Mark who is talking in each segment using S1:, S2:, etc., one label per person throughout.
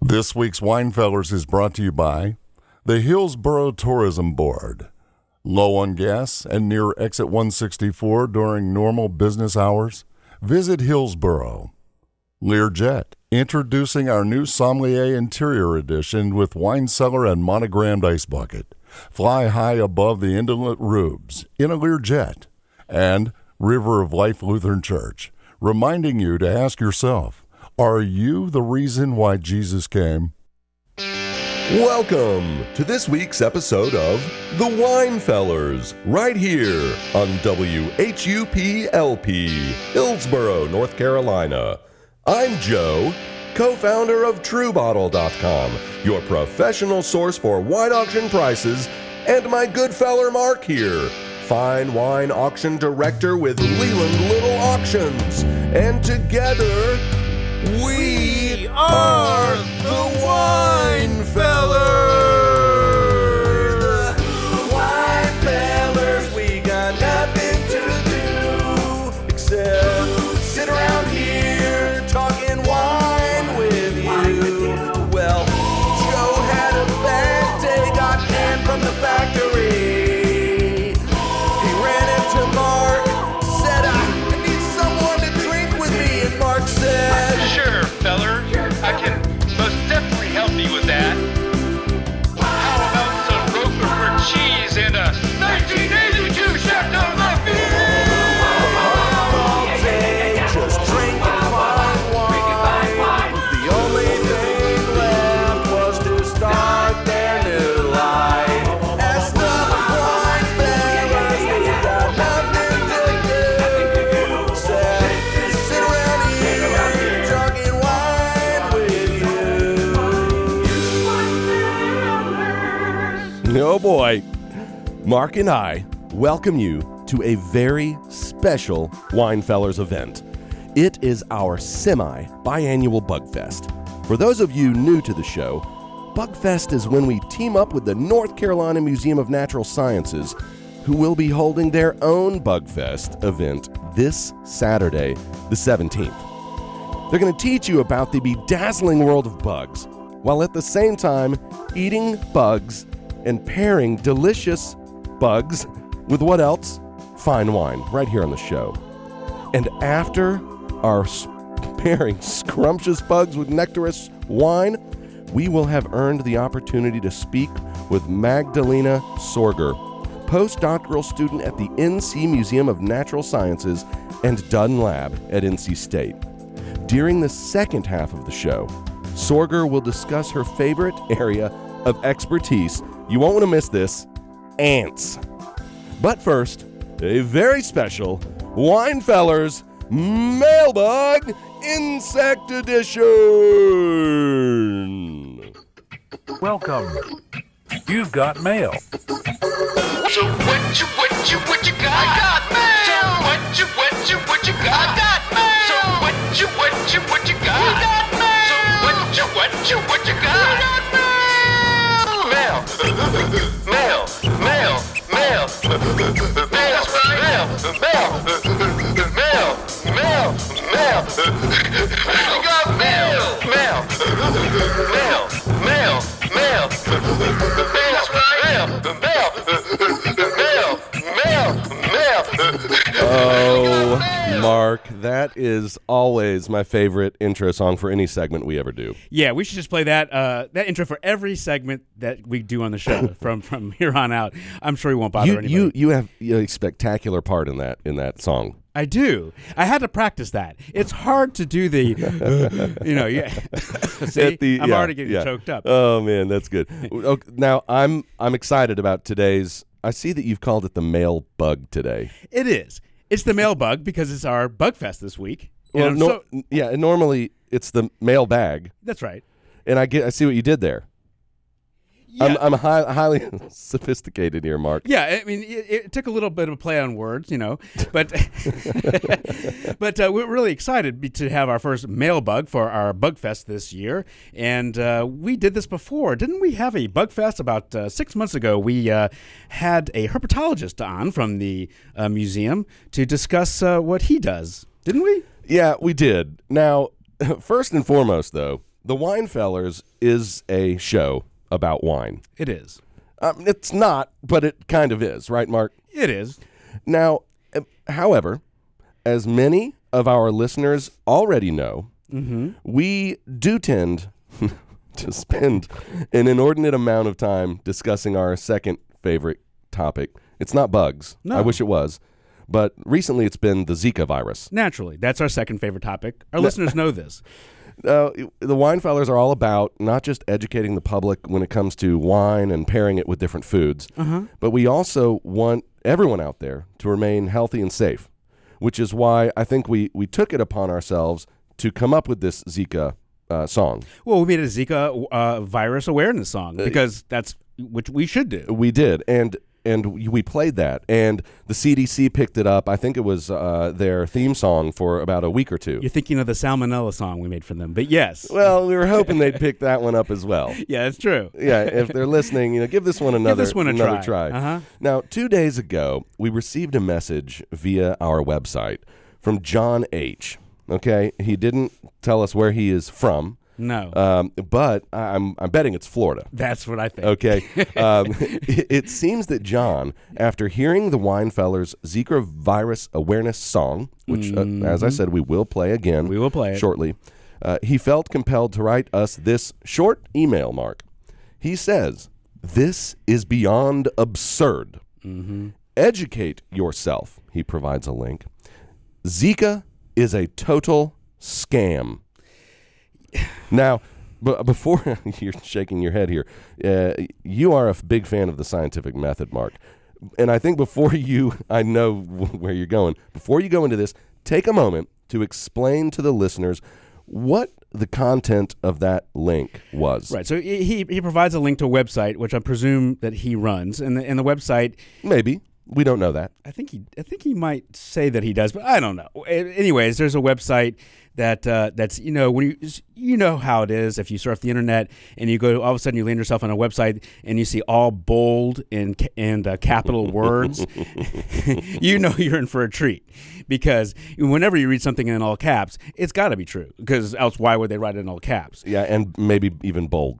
S1: This week's Winefellers is brought to you by the Hillsboro Tourism Board. Low on gas and near exit 164 during normal business hours? Visit Hillsboro. Learjet, introducing our new Sommelier Interior Edition with wine cellar and monogrammed ice bucket. Fly high above the indolent rubes in a Learjet. And River of Life Lutheran Church, reminding you to ask yourself Are you the reason why Jesus came?
S2: Welcome to this week's episode of The Winefellers, right here on WHUPLP, Hillsboro, North Carolina. I'm Joe, co founder of TrueBottle.com, your professional source for wine auction prices, and my good feller Mark here, fine wine auction director with Leland Little Auctions. And together, we are the Wine Fellers. The Wine Fellers, we got nothing to do except sit around here talking wine with you. Well, Joe had a bad day, got canned from the factory. He ran into Mark, said, I need someone to drink with me. And Mark said,
S3: Sure, feller. I can most definitely help you with that. How about some Roquefort cheese and a 1982 Chateau
S2: all day, just drink and fine wine. The only thing left was to start their new life. As the wine fellas, we got nothing to do except sit around here talking wine with you. Oh boy. Mark and I welcome you to a very special Winefellers event. It is our semi biannual Bugfest. For those of you new to the show, Bugfest is when we team up with the North Carolina Museum of Natural Sciences, who will be holding their own Bugfest event this Saturday, the 17th. They're going to teach you about the bedazzling world of bugs, while at the same time eating bugs and pairing delicious bugs with what else? Fine wine, right here on the show. And after our s- pairing scrumptious bugs with nectarous wine, we will have earned the opportunity to speak with Magdalena Sorger, postdoctoral student at the NC Museum of Natural Sciences and Dunn Lab at NC State. During the second half of the show, Sorger will discuss her favorite area of expertise. You won't want to miss this ants. But first, a very special Winefellers Mailbag Insect Edition.
S4: Welcome. You've got mail.
S3: So what you what you what you got? I got mail. So what you what you what you got? I got mail. So what you what you what you got? I got mail. So what you what you what you got? I got mail. Mail. Mail. Mail. Mail. Mail. Mail. Mail. Mail. Mail. I got mail. Mail. Mail. Mail. Mail. Mail. Mail. Mail. Mail, mail, mail.
S2: Oh, Mark, that is always my favorite intro song for any segment we ever do.
S5: Yeah, we should just play that uh, that intro for every segment that we do on the show from from here on out. I'm sure we won't bother
S2: you,
S5: anybody.
S2: you you have a spectacular part in that in that song.
S5: I do. I had to practice that. It's hard to do the, you know, yeah. See,
S2: At the-
S5: I'm
S2: yeah,
S5: already getting
S2: yeah.
S5: choked up.
S2: Oh man, that's good. okay, now I'm I'm excited about today's. I see that you've called it the mail bug today.
S5: it is. It's the mail bug because it's our bug fest this week. You
S2: Well,
S5: know,
S2: nor-
S5: so-
S2: yeah, and normally it's the mail bag,
S5: that's right.
S2: and I get I see what you did there.
S5: Yeah.
S2: I'm I'm high, highly sophisticated here, Mark.
S5: Yeah, I mean, it, it took a little bit of a play on words, you know, but but uh, we're really excited be- to have our first mail bug for our bug fest this year, and uh, we did this before, didn't we? Have a bug fest about uh, six months ago. We uh, had a herpetologist on from the uh, museum to discuss uh, what he does, didn't we?
S2: Yeah, we did. Now, first and foremost, though, The Winefellers is a show about wine.
S5: It is.
S2: Um, it's not, but it kind of is, right, Mark?
S5: It is.
S2: Now, uh, however, as many of our listeners already know, we do tend to spend an inordinate amount of time discussing our second favorite topic. It's not bugs. I wish it was. But recently it's been the Zika virus.
S5: Naturally. That's our second favorite topic. Our listeners know this.
S2: Uh, the Winefellers are all about not just educating the public when it comes to wine and pairing it with different foods, but we also want everyone out there to remain healthy and safe, which is why I think we, we took it upon ourselves to come up with this Zika uh, song.
S5: Well, we made a Zika uh, virus awareness song because that's which we should do.
S2: We did, and and we played that, and the CDC picked it up. I think it was uh, their theme song for about a week or two.
S5: You're thinking of the salmonella song we made for them, but yes,
S2: Well, we were hoping they'd pick that one up as well.
S5: yeah, it's true.
S2: yeah, if they're listening, you know, give this one another
S5: this one a
S2: another
S5: try. Uh-huh.
S2: Now, two days ago, we received a message via our website from John H. Okay, he didn't tell us where he is from,
S5: No,
S2: um, but I- I'm I'm betting it's Florida.
S5: that's what I think.
S2: Okay, um, it, it seems that John, after hearing the Winefellers Zika virus awareness song, which, uh, as I said, we will play again,
S5: Mm-hmm. We will play it.
S2: shortly. Uh, he felt compelled to write us this short email, Mark. He says, This is beyond absurd.
S5: Mm-hmm.
S2: Educate yourself. He provides a link. Zika is a total scam. Now, b- before you're shaking your head here, uh, you are a f- big fan of the scientific method, Mark. And I think before you, I know w- where you're going. Before you go into this, take a moment to explain to the listeners what the content of that link was.
S5: Right. So he he he provides a link to a website, which I presume that he runs, and the, and the website.
S2: Maybe we don't know that.
S5: I think he I think he might say that he does, but I don't know. A- Anyways, there's a website that uh, that's you know when you you know how it is if you surf the internet and you go all of a sudden you land yourself on a website and you see all bold and ca- and uh, capital words, you know you're in for a treat because whenever you read something in all caps, it's got to be true because else why would they write it in all caps?
S2: Yeah, and maybe even bold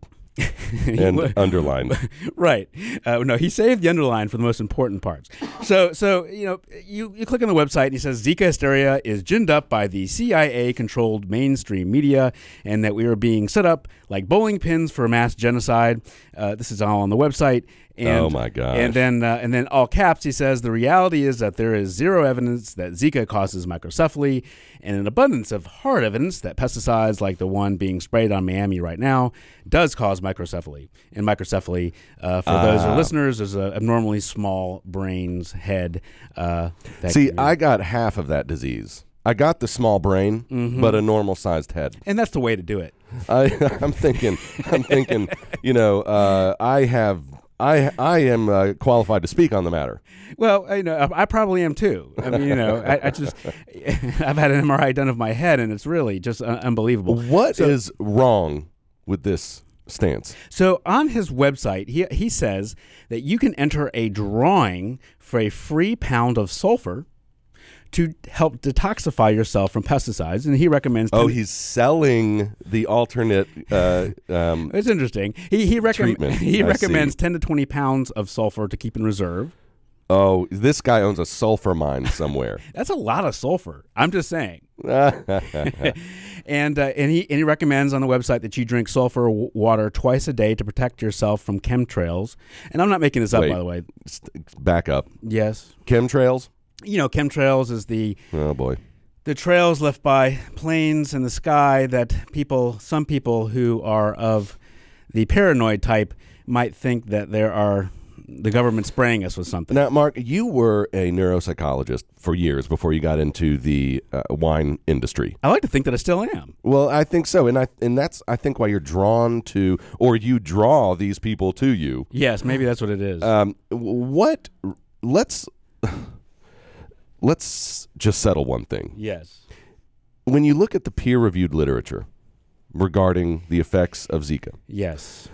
S2: and underlined.
S5: right. Uh, no, he saved the underline for the most important parts. So, so you know, you, you click on the website and he says Zika hysteria is ginned up by the CIA-controlled mainstream media, and that we are being set up like bowling pins for mass genocide. Uh, this is all on the website. And,
S2: Oh, my gosh.
S5: And then, uh, and then all caps. He says the reality is that there is zero evidence that Zika causes microcephaly, and an abundance of hard evidence that pesticides like the one being sprayed on Miami right now does cause microcephaly. And microcephaly, uh, for those who are listeners, is an abnormally small brain's head. Uh, that
S2: See,
S5: can be-
S2: I got half of that disease. I got the small brain, but a normal sized head.
S5: and that's the way to do it.
S2: I, I'm thinking, I'm thinking, you know, uh, I have, I, I am uh, qualified to speak on the matter.
S5: Well, I- you know, I, I probably am too. I mean, you know, I, I just I've had an MRI done of my head, and it's really just uh, unbelievable.
S2: What is wrong with this stance?
S5: So on his website, he, he says that you can enter a drawing for a free pound of sulfur to help detoxify yourself from pesticides, and he recommends.
S2: Oh, he's selling the alternate. Uh, um,
S5: it's interesting. He he, recomm-
S2: Treatment,
S5: he
S2: I
S5: recommends
S2: see.
S5: ten to twenty pounds of sulfur to keep in reserve.
S2: oh, this guy owns a sulfur mine somewhere.
S5: That's a lot of sulfur. I'm just saying. and uh, and he and he recommends on the website that you drink sulfur w- water twice a day to protect yourself from chemtrails. And I'm not making this up,
S2: Wait.
S5: by the way.
S2: St- Back up,
S5: Yes,
S2: chemtrails.
S5: you know, chemtrails is the
S2: Oh boy.
S5: the trails left by planes in the sky that people, some people who are of the paranoid type, might think that there are the government spraying us with something.
S2: Now, Mark, you were a neuropsychologist for years before you got into the uh, wine industry.
S5: I like to think that I still am.
S2: Well, I think so, and I and that's I think why you're drawn to, or you draw these people to you.
S5: Yes, maybe that's what it is.
S2: Um, w- what? Let's let's just settle one thing.
S5: yes.
S2: When you look at the peer-reviewed literature regarding the effects of Zika,
S5: Yes.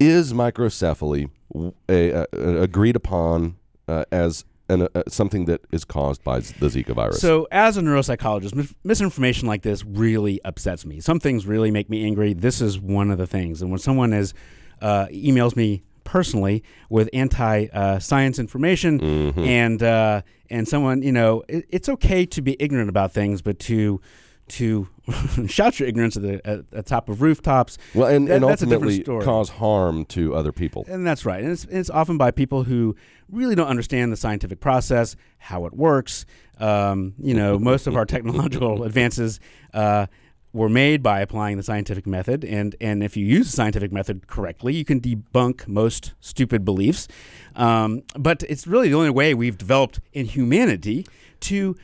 S2: is microcephaly w- a, a, a- agreed upon uh, as an, uh, something that is caused by z- the Zika virus.
S5: So, as a neuropsychologist, mis- misinformation like this really upsets me. Some things really make me angry. This is one of the things. And when someone is uh, emails me personally with anti-science information,
S2: Mm-hmm.
S5: and uh, and someone, you know, it, it's okay to be ignorant about things, but to to shout your ignorance at the at, at top of rooftops.
S2: well, and,
S5: that-
S2: and
S5: that's a different
S2: ultimately
S5: story.
S2: cause harm to other people.
S5: And that's right. And it's, it's often by people who really don't understand the scientific process, how it works. Um, you know, most of our technological advances uh, were made by applying the scientific method. And, and if you use the scientific method correctly, you can debunk most stupid beliefs. Um, but it's really the only way we've developed in humanity to.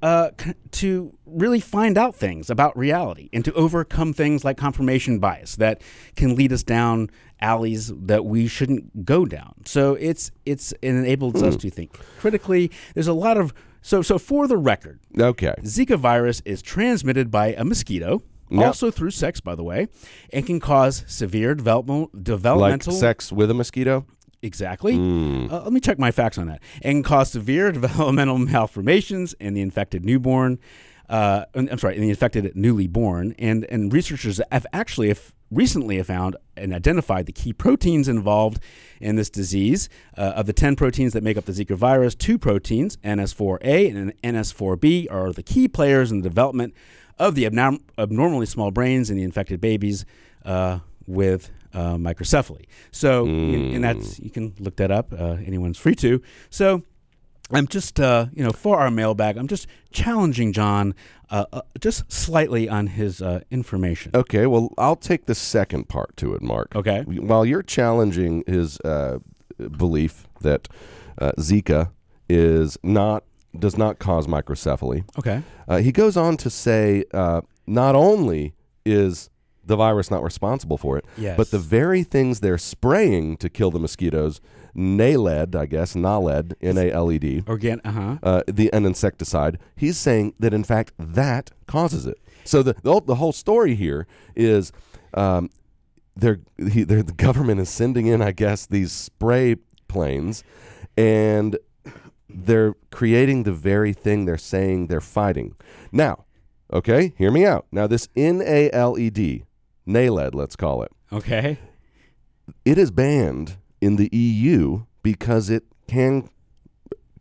S5: Uh, c- to really find out things about reality and to overcome things like confirmation bias that can lead us down alleys that we shouldn't go down. So it's it's it enables us to think critically. There's a lot of so so for the record,
S2: Okay.
S5: Zika virus is transmitted by a mosquito,
S2: Yep.
S5: also through sex, by the way, and can cause severe developmental
S2: Like
S5: developmental
S2: sex with a mosquito?
S5: Exactly. Uh, let me check my facts on that. And cause severe developmental malformations in the infected newborn. Uh, in- I'm sorry, in the infected newly born. And and researchers have actually have recently have found and identified the key proteins involved in this disease. Uh, of the 10 proteins that make up the Zika virus, two proteins, NS4A and NS4B, are the key players in the development of the abnorm- abnormally small brains in the infected babies. Uh, with uh, microcephaly. So, and- and that's you can look that up. Uh, anyone's free to. So, I'm just uh, you know for our mailbag, I'm just challenging John uh, uh, just slightly on his uh, information.
S2: Okay, well, I'll take the second part to it, Mark.
S5: Okay.
S2: While you're challenging his uh, belief that uh, Zika is not does not cause microcephaly,
S5: Okay.
S2: uh, he goes on to say uh, not only is the virus not responsible for it,
S5: Yes.
S2: but the very things they're spraying to kill the mosquitoes, NALED, I guess, NALED, N A L E D,
S5: Organ. Uh huh.
S2: uh, the an insecticide. He's saying that in fact that causes it. So the the, whole- the whole story here is. Um, they're, he, they're, the government is sending in, I guess, these spray planes, and they're creating the very thing they're saying they're fighting. Now, okay, hear me out. Now, this N A L E D, NALED, let's call it
S5: Okay.
S2: it is banned in the EU because it can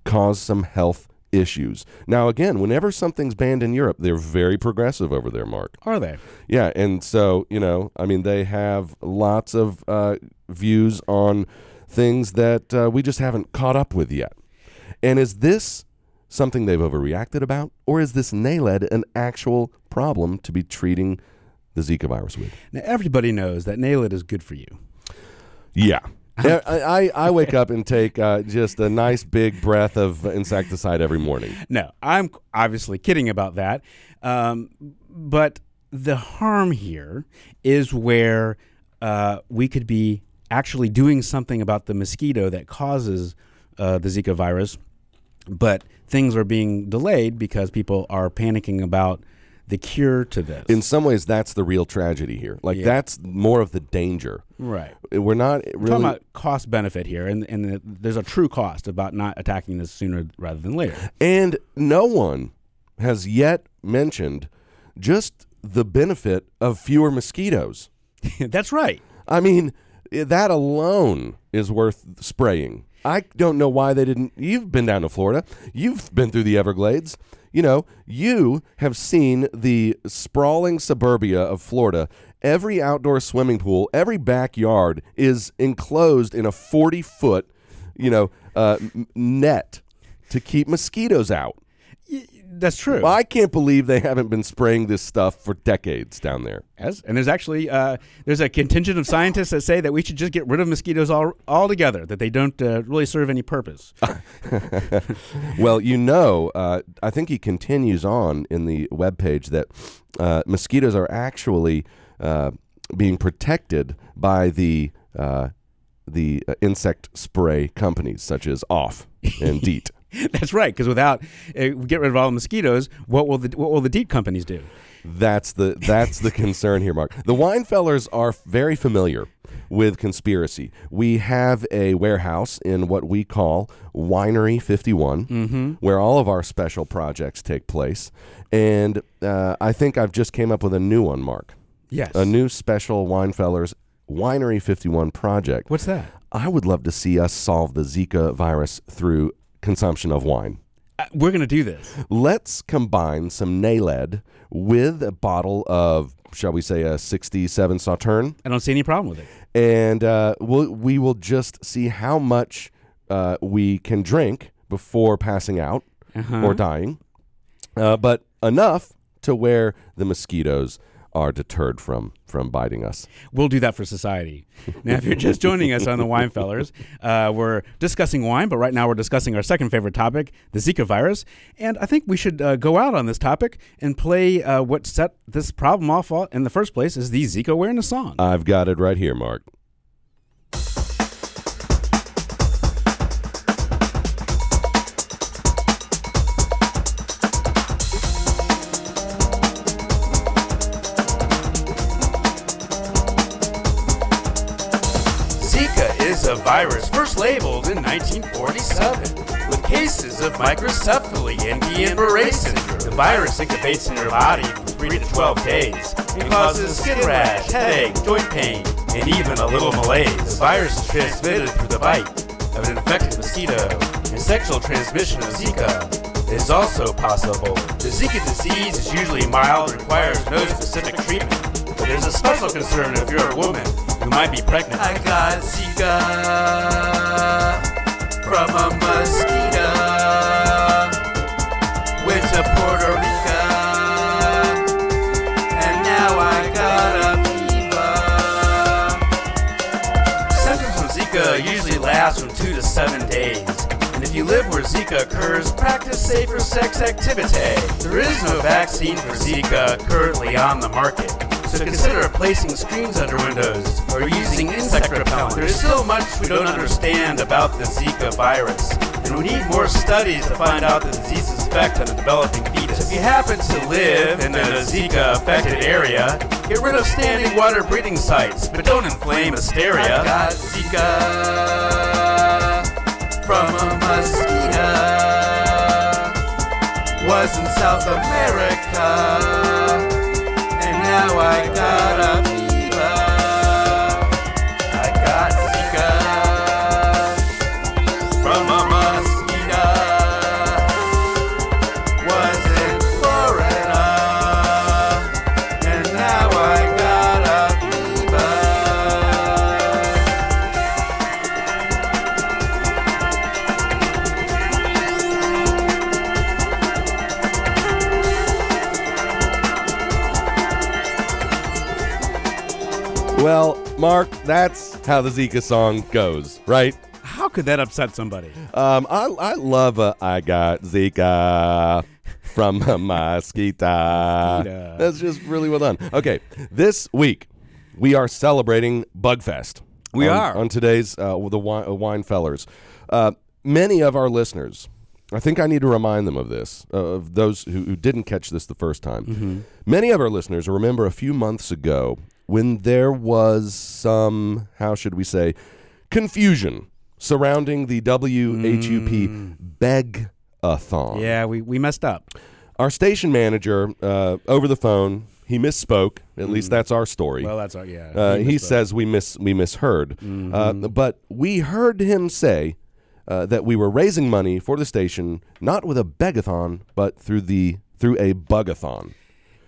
S2: cause some health issues. Now, again, whenever something's banned in Europe, they're very progressive over there, Mark.
S5: Are they?
S2: Yeah, and so, you know, I mean, they have lots of uh, views on things that uh, we just haven't caught up with yet. And is this something they've overreacted about, or is this NALED an actual problem to be treating the Zika virus with?
S5: Now everybody knows that nail it is good for you.
S2: Yeah. I, I, I wake up and take uh, just a nice big breath of insecticide every morning.
S5: No, I'm obviously kidding about that. Um, but the harm here is where uh, we could be actually doing something about the mosquito that causes uh, the Zika virus, but things are being delayed because people are panicking about the cure to this.
S2: In some ways, that's the real tragedy here. Like, that's more of the danger.
S5: right.
S2: We're not
S5: Talking
S2: really.
S5: about cost benefit here, and, and the, there's a true cost about not attacking this sooner rather than later.
S2: And no one has yet mentioned just the benefit of fewer mosquitoes.
S5: That's right.
S2: I mean, i- that alone is worth spraying. I don't know why they didn't. You've been down to Florida. You've been through the Everglades. You know, you have seen the sprawling suburbia of Florida. Every outdoor swimming pool, every backyard is enclosed in a 40 foot, you know, uh, m- net to keep mosquitoes out.
S5: That's true.
S2: I can't believe they haven't been spraying this stuff for decades down there.
S5: Yes, and there's actually uh, there's a contingent of scientists that say that we should just get rid of mosquitoes all altogether, that they don't uh, really serve any purpose.
S2: Uh. Well, you know, uh, I think he continues on in the webpage that uh, mosquitoes are actually uh, being protected by the uh, the uh, insect spray companies such as Off and Deet.
S5: That's right, because without uh, we get rid of all the mosquitoes, what will the what will the deep companies do?
S2: That's the that's the concern here, Mark. The Winefellers are very familiar with conspiracy. We have a warehouse in what we call Winery 51, where all of our special projects take place. And uh, I think I've just came up with a new one, Mark.
S5: Yes.
S2: A new special Winefellers Winery 51 project.
S5: What's that?
S2: I would love to see us solve the Zika virus through consumption of wine.
S5: Uh, we're going to do this.
S2: Let's combine some Naled with a bottle of, shall we say, a 67 Sauternes,
S5: I don't see any problem with it.
S2: and uh, we'll, we will just see how much uh, we can drink before passing out or dying, uh, but enough to where the mosquitoes are deterred from from biting us.
S5: We'll do that for society. Now, if you're just joining us on the Wine Fellers, uh, we're discussing wine, but right now we're discussing our second favorite topic, the Zika virus. And I think we should uh, go out on this topic and play uh, what set this problem off all- in the first place is the Zika awareness song.
S2: I've got it right here, Mark.
S5: Zika is a virus first labeled in 1947 with cases of microcephaly and Guillain-Barré syndrome. The virus incubates in your body for 3 to 12 days and causes skin rash, headache, joint pain, and even a little malaise. The virus is transmitted through the bite of an infected mosquito, and sexual transmission of Zika is also possible. The Zika disease is usually mild and requires no specific treatment. But there's a special concern if you're a woman who might be pregnant.
S6: I got Zika from a mosquito. Went to Puerto Rico, and now I got a fever. Symptoms of Zika usually last from two to seven days. And if you live where Zika occurs, practice safer sex activity. There is no vaccine for Zika currently on the market. So consider placing screens under windows or using insect repellent. There's so much we don't understand about the Zika virus. And we need more studies to find out the disease's effect on the developing fetus. If you happen to live in a Zika affected area, get rid of standing water breeding sites, but don't inflame hysteria. I got Zika from a mosquito. Was in South America and now I got a fever. I got Zika from a mosquito. Was in Florida, and now I got a fever.
S2: Well, Mark, that's how the Zika song goes, right?
S5: How could that upset somebody?
S2: Um, I, I love a I got Zika from a mosquito.
S5: Mosquito.
S2: That's just really well done. Okay, this week we are celebrating Bugfest. Um,
S5: We
S2: on-
S5: are.
S2: on today's uh, the wine, uh, wine fellers. Uh, many of our listeners, I think I need to remind them of this. Uh, of those who, who didn't catch this the first time,
S5: Mm-hmm.
S2: many of our listeners remember a few months ago when there was some how should we say confusion surrounding the WHUP beg a thon.
S5: Mm. Yeah, we, we messed up.
S2: Our station manager uh, over the phone, he misspoke. At least that's our story.
S5: Mm. Well, that's all. Yeah.
S2: Uh, he says we mis we misheard, uh, but we heard him say uh, that we were raising money for the station not with a begathon, but through the through a bugathon.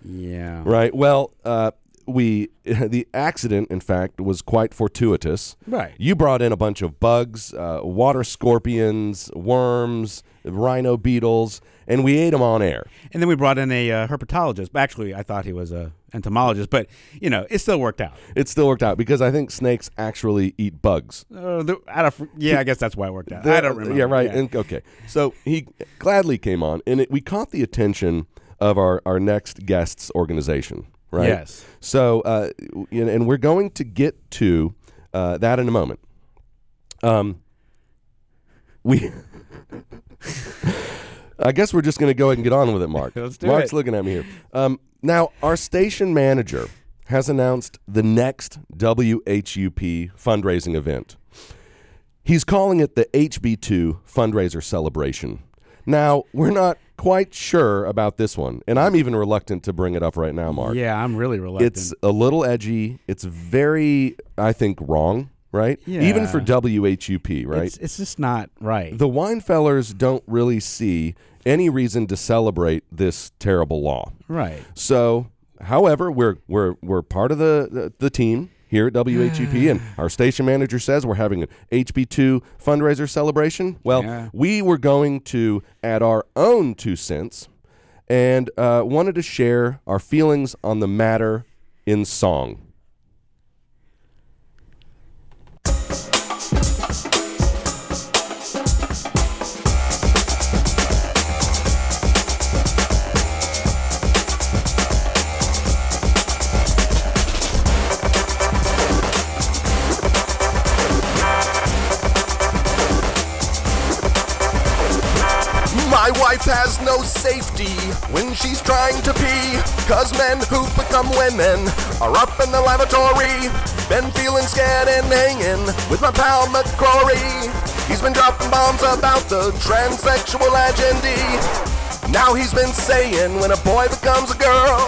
S5: yeah.
S2: Right. Well, uh, we the accident, in fact, was quite fortuitous.
S5: Right.
S2: You brought in a bunch of bugs, uh, water scorpions, worms, rhino beetles, and we ate them on air.
S5: And then we brought in a uh, herpetologist. Actually, I thought he was a entomologist, but you know, it still worked out.
S2: It still worked out because I think snakes actually eat bugs.
S5: Uh, the, I don't, yeah, I guess that's why it worked out. I don't remember.
S2: Yeah, right. And okay, so he gladly came on, and it, we caught the attention of our our next guest's organization, right?
S5: Yes.
S2: So, uh, you know, and we're going to get to uh, that in a moment. Um, we. I guess we're just going to go ahead and get on with it, Mark.
S5: Let's do
S2: Mark's
S5: it.
S2: looking at me here. Um, now, our station manager has announced the next WHUP fundraising event. He's calling it the HB2 fundraiser celebration. Now, we're not quite sure about this one, and I'm even reluctant to bring it up right now, Mark.
S5: Yeah, I'm really reluctant.
S2: It's a little edgy. It's very, I think, wrong, right? Even for
S5: Yeah.
S2: WHUP, right?
S5: It's, it's just not right.
S2: the Winefellers don't really see any reason to celebrate this terrible law.
S5: right.
S2: So, however, we're we're we're part of the the, the team here at WHUP, and our station manager says we're having an HB2 fundraiser celebration. Well,
S5: Yeah.
S2: we were going to add our own two cents, and uh, wanted to share our feelings on the matter in song.
S7: My wife has no safety when she's trying to pee. Cause men who become women are up in the lavatory. Been feeling scared and hanging with my pal McCrory. He's been dropping bombs about the transsexual agenda. Now he's been saying when a boy becomes a girl,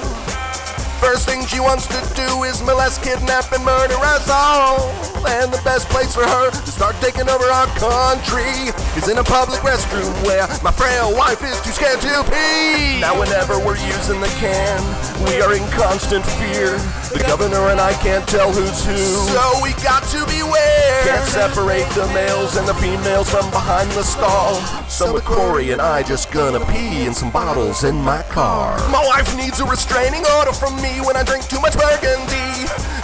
S7: first thing she wants to do is molest, kidnap, and murder us all. And the best place for her to start taking over our country is in a public restroom where my frail wife is too scared to pee. Now, whenever we're using the can, we are in constant fear. The governor and I can't tell who's who. So we got to beware. Can't separate the males and the females from behind the stall. So Corey and I just gonna pee in some bottles in my car. My wife needs a restraining order from me when I drink too much burgundy.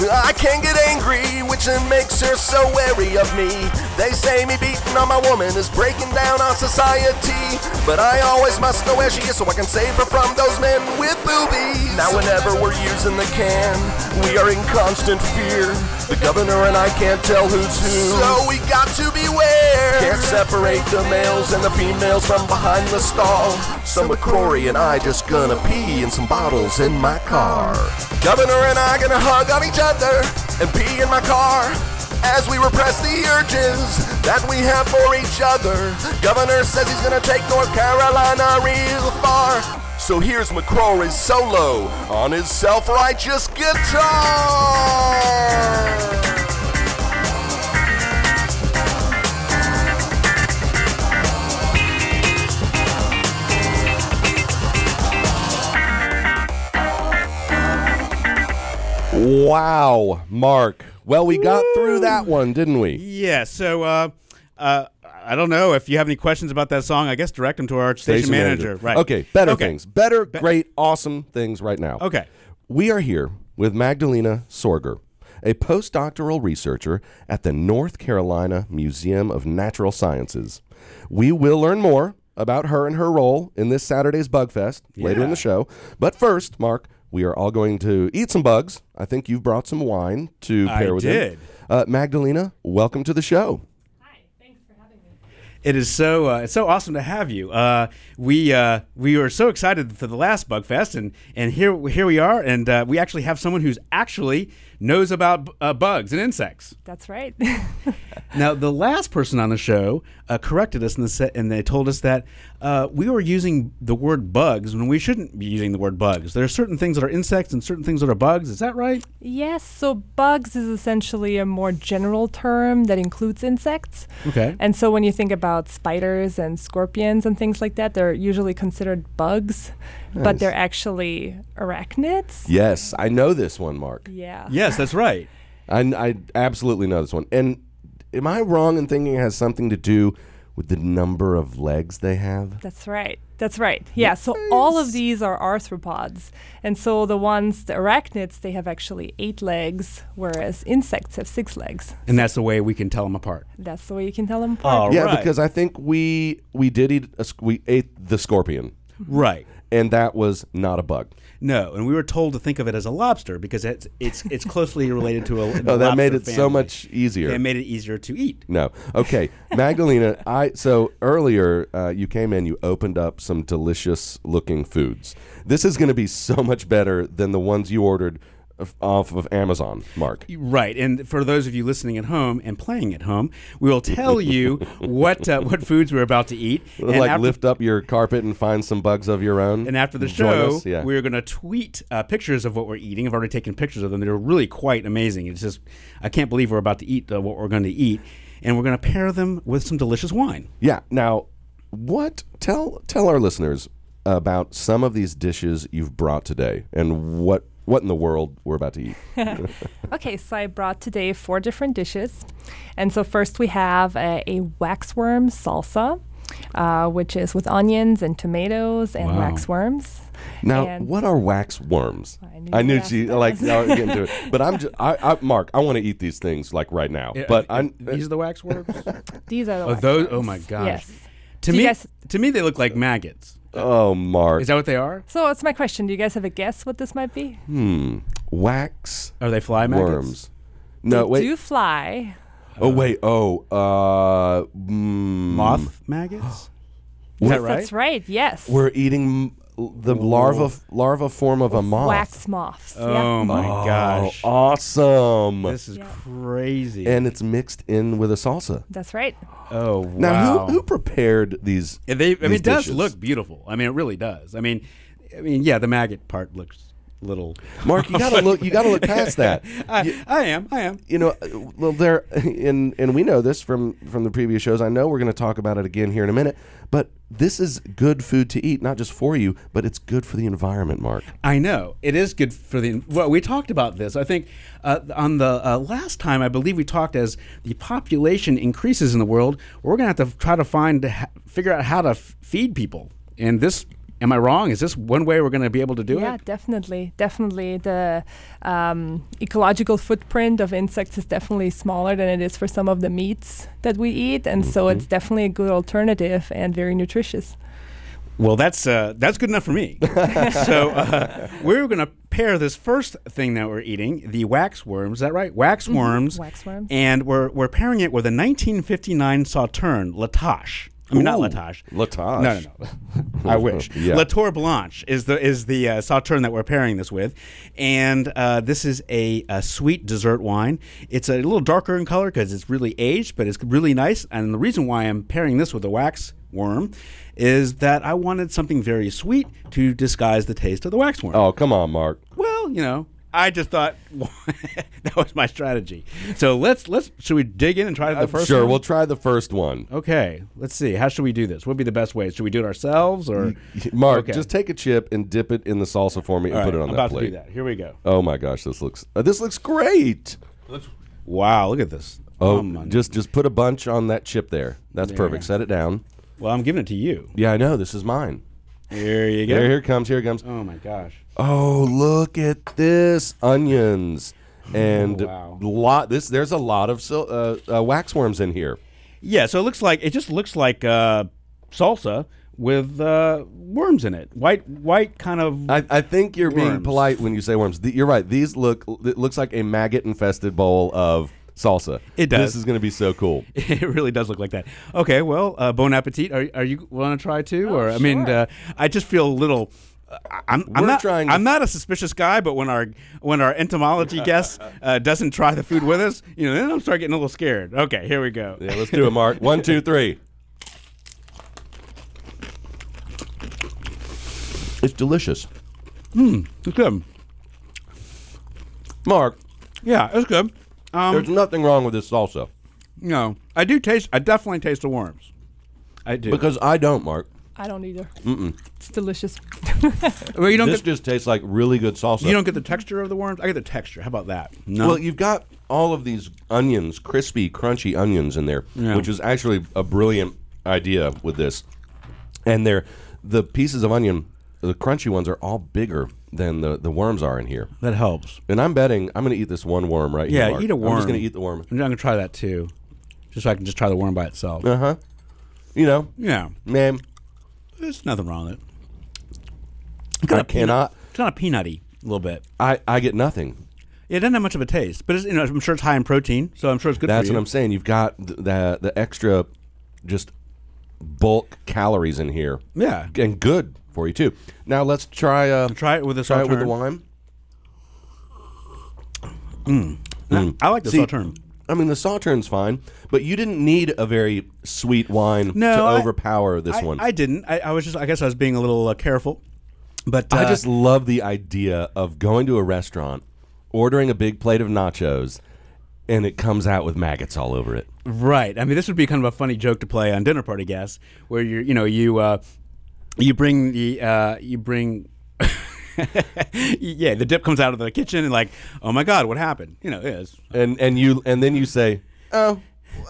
S7: I can get angry, which then makes her so wary of me. They say me beating on my woman is breaking down our society. But I always must know where she is so I can save her from those men with boobies. Now, whenever we're using the can, we are in constant fear. The governor and I can't tell who's who. So we got to beware. Can't separate the males and the females from behind the stall. So McCrory and I just gonna pee in some bottles in my car. Governor and I gonna hug on each other and pee in my car. As we repress the urges that we have for each other, Governor says he's gonna take North Carolina real far. So here's McCrory's solo on his self-righteous guitar.
S2: Wow, Mark. Well, we got through that one, didn't we?
S5: Yeah. So, uh, uh, I don't know if you have any questions about that song. I guess direct them to our station, manager. Right.
S2: Okay, better
S5: Okay.
S2: things. Better, great, awesome things right now.
S5: Okay.
S2: We are here with Magdalena Sorger, a postdoctoral researcher at the North Carolina Museum of Natural Sciences. We will learn more about her and her role in this Saturday's Bugfest later in the show. But first, Mark, we are all going to eat some bugs. I think you've brought some wine to
S5: I
S2: pair with them.
S5: did.
S2: Uh, Magdalena, welcome to the show.
S5: It is so uh, it's so awesome to have you. Uh, we uh, we were so excited for the last Bugfest, and and here here we are, and uh, we actually have someone who's actually knows about uh, bugs and insects.
S8: That's right.
S5: Now, the last person on the show uh, corrected us in the set, and they told us that uh, we were using the word bugs when we shouldn't be using the word bugs. There are certain things that are insects and certain things that are bugs. Is that right?
S8: yes, so bugs is essentially a more general term that includes insects.
S5: Okay.
S8: And so when you think about spiders and scorpions and things like that, they're usually considered bugs, but they're actually arachnids.
S2: Yes, I know this one, Mark.
S8: Yeah.
S5: yes, that's right.
S2: I, I absolutely know this one. And am I wrong in thinking it has something to do with the number of legs they have?
S8: That's right. That's right. Yeah. So all of these are arthropods. And so the ones, the arachnids, they have actually eight legs, whereas insects have six legs.
S5: And that's the way we can tell them apart.
S8: That's the way you can tell them apart.
S5: All right.
S2: yeah, because I think we we did eat a, sc- we ate the scorpion,
S5: right.
S2: and that was not a bug.
S5: No, and we were told to think of it as a lobster because it's it's it's closely related to a.
S2: Oh, that made it so much easier.
S5: It made it easier to eat.
S2: no, okay, Magdalena. I so earlier uh, you came in, you opened up some delicious looking foods. This is going to be so much better than the ones you ordered of- off of Amazon, Mark.
S5: Right, and for those of you listening at home and playing at home, we will tell you what uh, what foods we're about to eat. And
S2: like
S5: after-
S2: lift up your carpet and find some bugs of your own.
S5: And after the
S2: Join
S5: show,
S2: us, yeah.
S5: we're going to tweet uh, pictures of what we're eating. I've already taken pictures of them. They're really quite amazing. It's just, I can't believe we're about to eat uh, what we're going to eat. And we're going to pair them with some delicious wine.
S2: Yeah. Now, what tell tell our listeners about some of these dishes you've brought today and what what in the world we're about to eat.
S8: Okay, so I brought today four different dishes. And so, first, we have a, a waxworm salsa, uh, which is with onions and tomatoes and
S5: Wow.
S8: waxworms.
S2: Now,
S8: And-
S2: what are wax worms?
S8: I knew
S2: I knew
S8: you'd ask
S2: she
S8: that.
S2: like I was getting to it, but I'm just I, I Mark. I want to eat these things like right now, but I'm
S5: Uh, these are the waxworks.
S8: These are the
S5: oh, those!
S8: waxworms.
S5: Oh my gosh!
S8: Yes.
S5: To
S8: Do you
S5: me,
S8: guys-
S5: to me, they look like maggots.
S2: oh Mark
S5: Is that what they are?
S8: So, what's my question? Do you guys have a guess what this might be?
S2: wax
S5: Are they fly maggots?
S2: worms. No,
S8: They
S2: Uh, wait.
S8: Do fly.
S2: oh wait. Oh, uh, mm,
S5: Moth maggots? Is that right?
S8: That's right, yes.
S2: We're eating m- the larva f- larva form of a moth.
S8: Wax moths.
S5: Oh my
S2: Oh,
S5: gosh!
S2: awesome!
S5: This is crazy.
S2: and it's mixed in with a salsa.
S8: That's right.
S5: oh wow!
S2: Now, who, who prepared these?
S5: And they, I mean,
S2: these
S5: it does
S2: dishes?
S5: look beautiful. I mean, it really does. I mean, I mean, yeah, the maggot part looks little.
S2: Mark. You gotta look. You gotta look past that.
S5: I, I am. I am.
S2: You know, uh, well, there, and and we know this from from the previous shows. I know we're going to talk about it again here in a minute. But this is good food to eat, not just for you, but it's good for the environment, Mark.
S5: I know it is good for the. Well, we talked about this. I think uh, on the uh, last time, I believe we talked as the population increases in the world, we're going to have to try to find, ha- figure out how to f- feed people. And this, am I wrong? Is this one way we're going to be able to do
S8: Yeah,
S5: it?
S8: definitely. Definitely. The um, ecological footprint of insects is definitely smaller than it is for some of the meats that we eat. And so
S5: Mm-hmm.
S8: it's definitely a good alternative and very nutritious.
S5: Well, that's uh, that's good enough for me. so uh, we're going to pair this first thing that we're eating, the wax worms. Is that right? Wax worms.
S8: Mm-hmm. wax worms.
S5: And we're we're pairing it with a 1959 Sauternes Latache. I mean, not
S2: Ooh,
S5: Latache.
S2: Latache.
S5: No, no, no. I wish.
S2: Yeah.
S5: La Tour Blanche is the is the uh, Sauternes that we're pairing this with, and uh, this is a, a sweet dessert wine. It's a little darker in color because it's really aged, but it's really nice. And the reason why I'm pairing this with a wax worm is that I wanted something very sweet to disguise the taste of the wax worm.
S2: Oh, come on, Mark.
S5: Well, you know, I just thought that was my strategy. So let's let's should we dig in and try the first?
S2: Uh, sure,
S5: one?
S2: we'll try the first one.
S5: Okay, let's see. How should we do this? What would be the best way? Should we do it ourselves or
S2: Mm-hmm. Mark,
S5: Okay.
S2: just take a chip and dip it in the salsa for me and
S5: All
S2: put
S5: right,
S2: it on
S5: I'm
S2: that
S5: about
S2: plate.
S5: to do that. Here we go.
S2: Oh my gosh, this looks uh, this looks great.
S5: Wow, look at this.
S2: Oh,
S5: Come on.
S2: just just put a bunch on that chip there. That's perfect. Set it down.
S5: well, I'm giving it to you.
S2: Yeah, I know. This is mine.
S5: Here you
S2: Here,
S5: go.
S2: here it comes. Here it comes.
S5: Oh my gosh.
S2: Oh, look at this onions and
S5: wow.
S2: lot. This there's a lot of sil- uh, uh, waxworms in here.
S5: Yeah, so it looks like it just looks like uh, salsa with uh, worms in it. White, white kind of.
S2: I, I think you're being
S5: Worms.
S2: polite when you say worms. The, you're right. These look. It looks like a maggot infested bowl of salsa.
S5: It
S2: This
S5: does.
S2: is going to be so cool.
S5: it really does look like that. Okay, well, uh, bon appetit. Are, are you want to try
S2: Oh,
S5: too? or I mean, uh, I just feel a little. uh, I- I'm, I'm
S2: We're
S5: not.
S2: trying to-
S5: I'm not a suspicious guy, but when our when our entomology guest uh, doesn't try the food with us, you know, then I'm start getting a little scared. Okay, here we go.
S2: Yeah, let's do it, Mark. One, two, three. It's delicious.
S5: It's good.
S2: Mark,
S5: Yeah, it's good. Um,
S2: there's nothing wrong with this salsa.
S5: No, I do taste. I definitely taste the worms. I do.
S2: Because I don't, Mark.
S8: I don't either. It's delicious.
S5: well, you don't
S2: This
S5: get
S2: just tastes like really good salsa.
S5: you don't get the texture of the worms. I get the texture. How about that? No.
S2: Well, you've got all of these onions, crispy, crunchy onions in there,
S5: Yeah.
S2: which is actually a brilliant idea with this. And they're the pieces of onion, the crunchy ones are all bigger than the, the worms are in here.
S5: that helps.
S2: And I'm betting I'm going to eat this one worm right here.
S5: Yeah,
S2: Mark.
S5: eat a worm.
S2: I'm just going to eat the worm.
S5: I'm gonna try that too, just so I can just try the worm by itself.
S2: Uh huh. You know,
S5: yeah,
S2: man,
S5: there's nothing wrong with it.
S2: I cannot.
S5: It's kind of peanutty a little bit.
S2: I, I get nothing.
S5: It doesn't have much of a taste, but it's, you know I'm sure it's high in protein, so I'm sure it's good.
S2: That's
S5: for
S2: what
S5: you.
S2: I'm saying. You've got th- the the extra, just bulk calories in here.
S5: Yeah.
S2: and good for you too. Now let's try. Uh,
S5: Try it with a
S2: try it with the
S5: Sauternes.
S2: lime.
S5: I like the
S2: Mm. See,
S5: Sauterne.
S2: I mean, the Sauterne's fine, but you didn't need a very sweet wine
S5: No,
S2: to
S5: I-
S2: overpower this
S5: I,
S2: one.
S5: I didn't. I, I was just. I guess I was being a little uh, careful. But uh,
S2: I just love the idea of going to a restaurant, ordering a big plate of nachos, and it comes out with maggots all over it.
S5: Right. I mean, this would be kind of a funny joke to play on dinner party gas, where you you know you uh, you bring the uh, you bring. yeah, the dip comes out of the kitchen and like, oh my god, what happened? You know, is
S2: And and you and then you say, "Oh,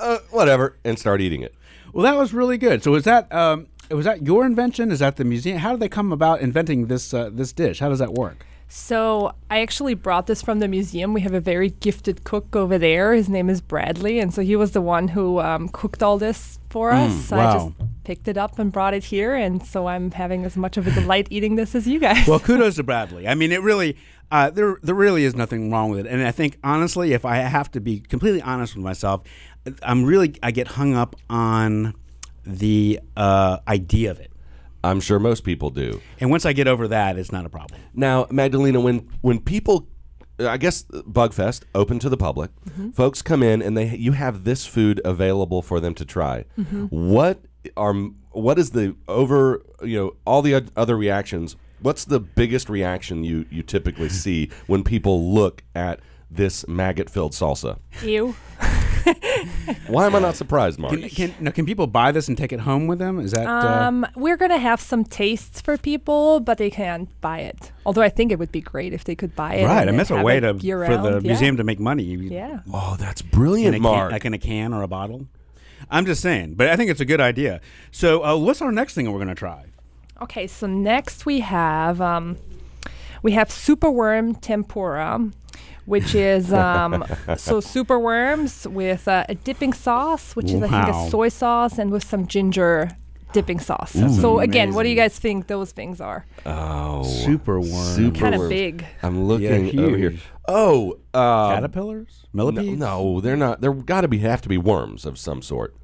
S2: uh, whatever," and start eating it.
S5: well, that was really good. So was that um, was that your invention? Is that the museum? How did they come about inventing this uh, this dish? How does that work?
S8: So I actually brought this from the museum. We have a very gifted cook over there. His name is Bradley, and so he was the one who um, cooked all this for us. So I
S5: Mm, wow.
S8: just picked it up and brought it here, and so I'm having as much of a delight eating this as you guys.
S5: Well, kudos to Bradley. I mean, it really, uh, there, there really is nothing wrong with it. And I think, honestly, if I have to be completely honest with myself, I'm really, I get hung up on the uh, idea of it.
S2: I'm sure most people do.
S5: And once I get over that, it's not a problem.
S2: Now, Magdalena, when when people, I guess Bugfest open to the public, folks come in and they you have this food available for them to try. What are what is the over you know all the oth- other reactions? What's the biggest reaction you you typically see when people look at this maggot filled salsa?
S8: Ew.
S2: Why am I not surprised, Mark?
S5: Can, can, now, can people buy this and take it home with them? Is that uh,
S8: Um, we're gonna have some tastes for people, but they can't buy it. Although I think it would be great if they could buy it.
S5: right?
S8: and
S5: I mean, that's a
S8: have
S5: way
S8: it
S5: to
S8: year
S5: for the
S8: round. Yeah.
S5: museum to make money. You-
S8: Yeah.
S2: oh, that's
S5: in
S2: brilliant,
S5: a can,
S2: Mark.
S5: like in a can or a bottle. I'm just saying, but I think it's a good idea. So, uh, what's our next thing we're going to try?
S8: Okay, so next we have um, we have superworm tempura, which is um, so superworms with uh, a dipping sauce, which is I think
S5: Wow.
S8: a soy sauce and with some ginger dipping sauce. so again, what do you guys think those things are?
S5: Super worm,
S2: Super
S8: Kind of
S2: worms.
S8: big.
S2: I'm looking
S5: Yeah,
S2: over here.
S5: huge.
S2: Oh,
S8: Um,
S2: uh,
S5: caterpillars,
S2: No,
S5: millipedes.
S2: no, they're not. There got to be have to be worms of some sort.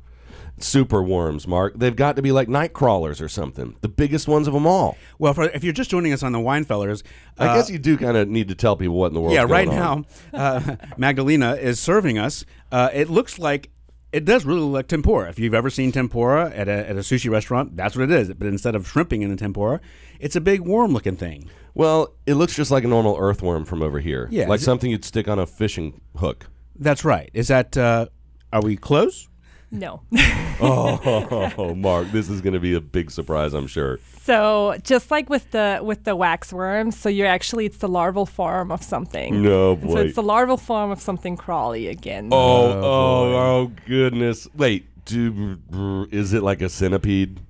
S2: Super worms, Mark. They've got to be like night crawlers or something. The biggest ones of them all.
S5: Well, for, if you're just joining us on the Winefellers,
S2: I
S5: uh,
S2: guess you do kind of need to tell people what in the world.
S5: yeah, right now uh, Magdalena is serving us. Uh, it looks like it does really look like tempura. If you've ever seen tempura at a, at a sushi restaurant, that's what it is. But instead of shrimping in the tempura, it's a big worm-looking thing.
S2: Well, it looks just like a normal earthworm from over here.
S5: Yeah,
S2: like
S5: is it-
S2: something you'd stick on a fishing hook.
S5: That's right. Is that? Uh, are we close?
S8: No.
S2: Oh, Mark, this is going to be a big surprise, I'm sure.
S8: so just like with the with the wax worms, so you're actually it's the larval form of something.
S2: No,
S8: And So
S2: boy.
S8: it's the larval form of something crawly again.
S2: Oh, oh, oh, goodness. Wait, do is it like a centipede?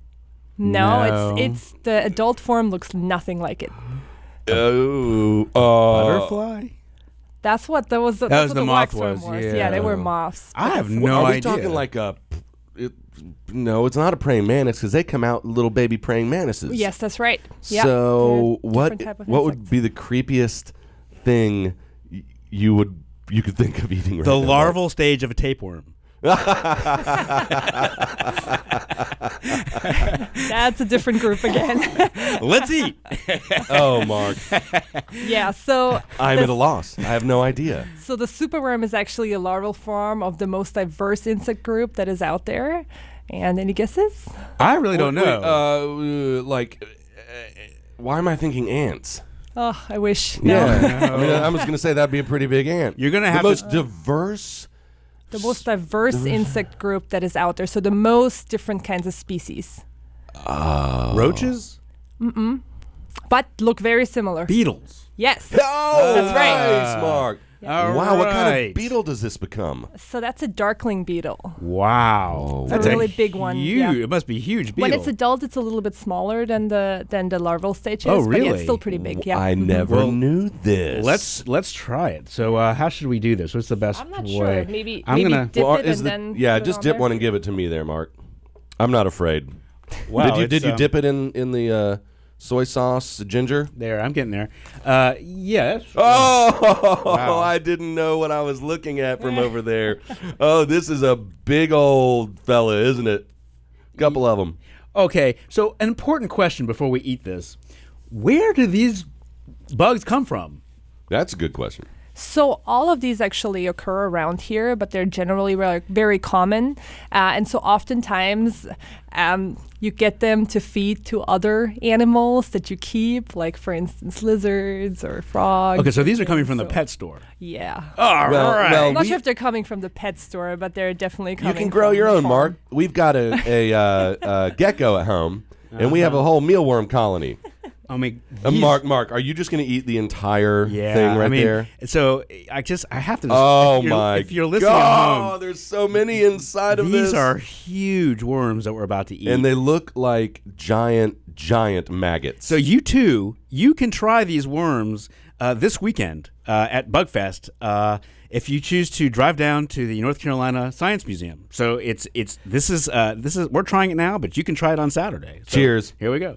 S8: No,
S5: No.
S8: it's it's the adult form looks nothing like it.
S2: Oh, uh,
S5: Butterfly.
S8: That's what that was. The,
S5: That
S8: that's
S5: was
S8: what
S5: the
S8: the
S5: moth
S8: waxworm
S5: was,
S8: was.
S5: yeah.
S8: they were moths.
S5: I have no
S2: Are we
S5: idea.
S2: talking like a? It, no, it's not a praying mantis because they come out little baby praying mantises.
S8: Yes, that's right. Yeah.
S2: So what?
S8: different type of
S2: What would
S8: insects.
S2: be the creepiest thing y- you would you could think of eating? Right
S5: the
S2: now, Mark?
S5: larval stage of a tapeworm?
S8: that's a different group again.
S5: Let's eat.
S2: Oh, Mark,
S8: yeah. So
S2: I'm at a loss. I have no idea.
S8: so the superworm is actually a larval form of the most diverse insect group that is out there. And any guesses?
S5: I really don't know.
S2: Wait, uh, uh, like, uh, why am I thinking ants?
S8: Oh, I wish. No,
S2: Yeah, I mean, I was gonna say that'd be a pretty big ant.
S5: You're gonna
S2: the
S5: have to-
S2: most diverse.
S8: the most diverse insect group that is out there. So the most different kinds of species,
S5: Oh. Roaches,
S8: but look very similar.
S5: beetles.
S8: yes.
S2: Oh,
S8: That's right.
S5: Ah.
S2: nice, Mark.
S5: All
S2: wow, what kind of
S5: right.
S2: beetle does this become?
S8: So that's a darkling beetle.
S5: Wow,
S8: That's a really big one,
S5: Huge.
S8: yeah.
S5: It must be huge. Beetle.
S8: When it's adult, it's a little bit smaller than the than the larval stage is,
S5: Oh,
S8: but yeah,
S5: really?
S8: it's still pretty big. Yeah,
S2: I
S8: Mhm.
S2: never
S5: Well,
S2: knew this.
S5: Let's let's try it. So uh, how should we do this? What's the best
S8: I'm not
S5: way?
S8: sure. Maybe-
S5: I'm
S8: maybe
S5: gonna.
S8: dip
S2: Well,
S8: it
S2: is
S8: and
S2: the-
S8: then
S2: yeah,
S8: put it
S2: just
S8: on
S2: dip
S8: there?
S2: one and give it to me there, Mark. I'm not afraid.
S5: Wow,
S2: did you did
S5: it's,
S2: you
S5: um,
S2: dip it in in the uh, soy sauce ginger?
S5: There, I'm getting there. Uh, yeah. that's-
S2: Oh,
S5: Wow.
S2: I didn't know what I was looking at from over there. Oh, this is a big old fella, isn't it? Couple of them.
S5: Okay. So an important question before we eat this: Where do these bugs come from?
S2: That's a good question.
S8: So all of these actually occur around here, but they're generally re- very common, uh, and so oftentimes. Um, you get them to feed to other animals that you keep, like for instance lizards or frogs.
S5: Okay, so these are coming from the
S8: So-
S5: pet store.
S8: Yeah.
S5: All
S2: Well,
S5: right.
S2: well,
S8: I'm not
S2: we-
S8: sure if they're coming from the pet store, but they're definitely
S2: You
S8: coming.
S2: can grow
S8: from
S2: your
S8: the
S2: own,
S8: farm.
S2: Mark. We've got a, a uh, uh, gecko at home, and we have a whole mealworm colony.
S5: I mean,
S2: Uh,
S5: these-
S2: Mark, Mark, are you just going to eat the entire
S5: Yeah,
S2: thing right
S5: I mean,
S2: there?
S5: So I just I have to.
S2: Oh
S5: if you're-
S2: my!
S5: If you're listening
S2: God,
S5: at home,
S2: there's so many inside of
S5: these
S2: this.
S5: are huge worms that we're about to eat.
S2: and they look like giant, giant maggots.
S5: so you too, you can try these worms uh, this weekend uh, at Bugfest. Uh, if you choose to drive down to the North Carolina Science Museum, so it's it's this is uh, this is we're trying it now, but you can try it on Saturday. So
S2: Cheers.
S5: Here we go.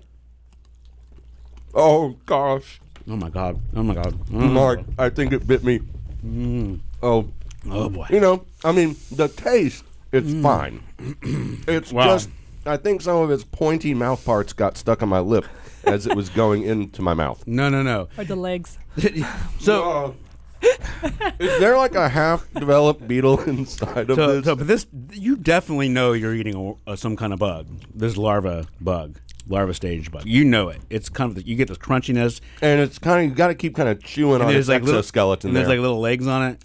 S2: oh gosh,
S5: Oh my god! Oh my god! Oh,
S2: Mark, I think it bit me.
S5: Mm.
S2: Oh,
S5: oh boy!
S2: you know, I mean, the taste it's fine. It's
S5: Mm. Wow.
S2: just, I think some of its pointy mouth parts got stuck on my lip as it was going into my mouth.
S5: No no no.
S8: Or the legs.
S5: so
S2: Oh. is there like a half-developed beetle inside of
S5: So,
S2: this?
S5: so, but this, you definitely know you're eating a, uh, some kind of bug. This larva bug, larva stage bug. You know it. It's kind of the, you get this crunchiness.
S2: and it's kind of you got to keep kind of chewing on its
S5: little
S2: exoskeleton
S5: and
S2: there.
S5: There's like little legs on it.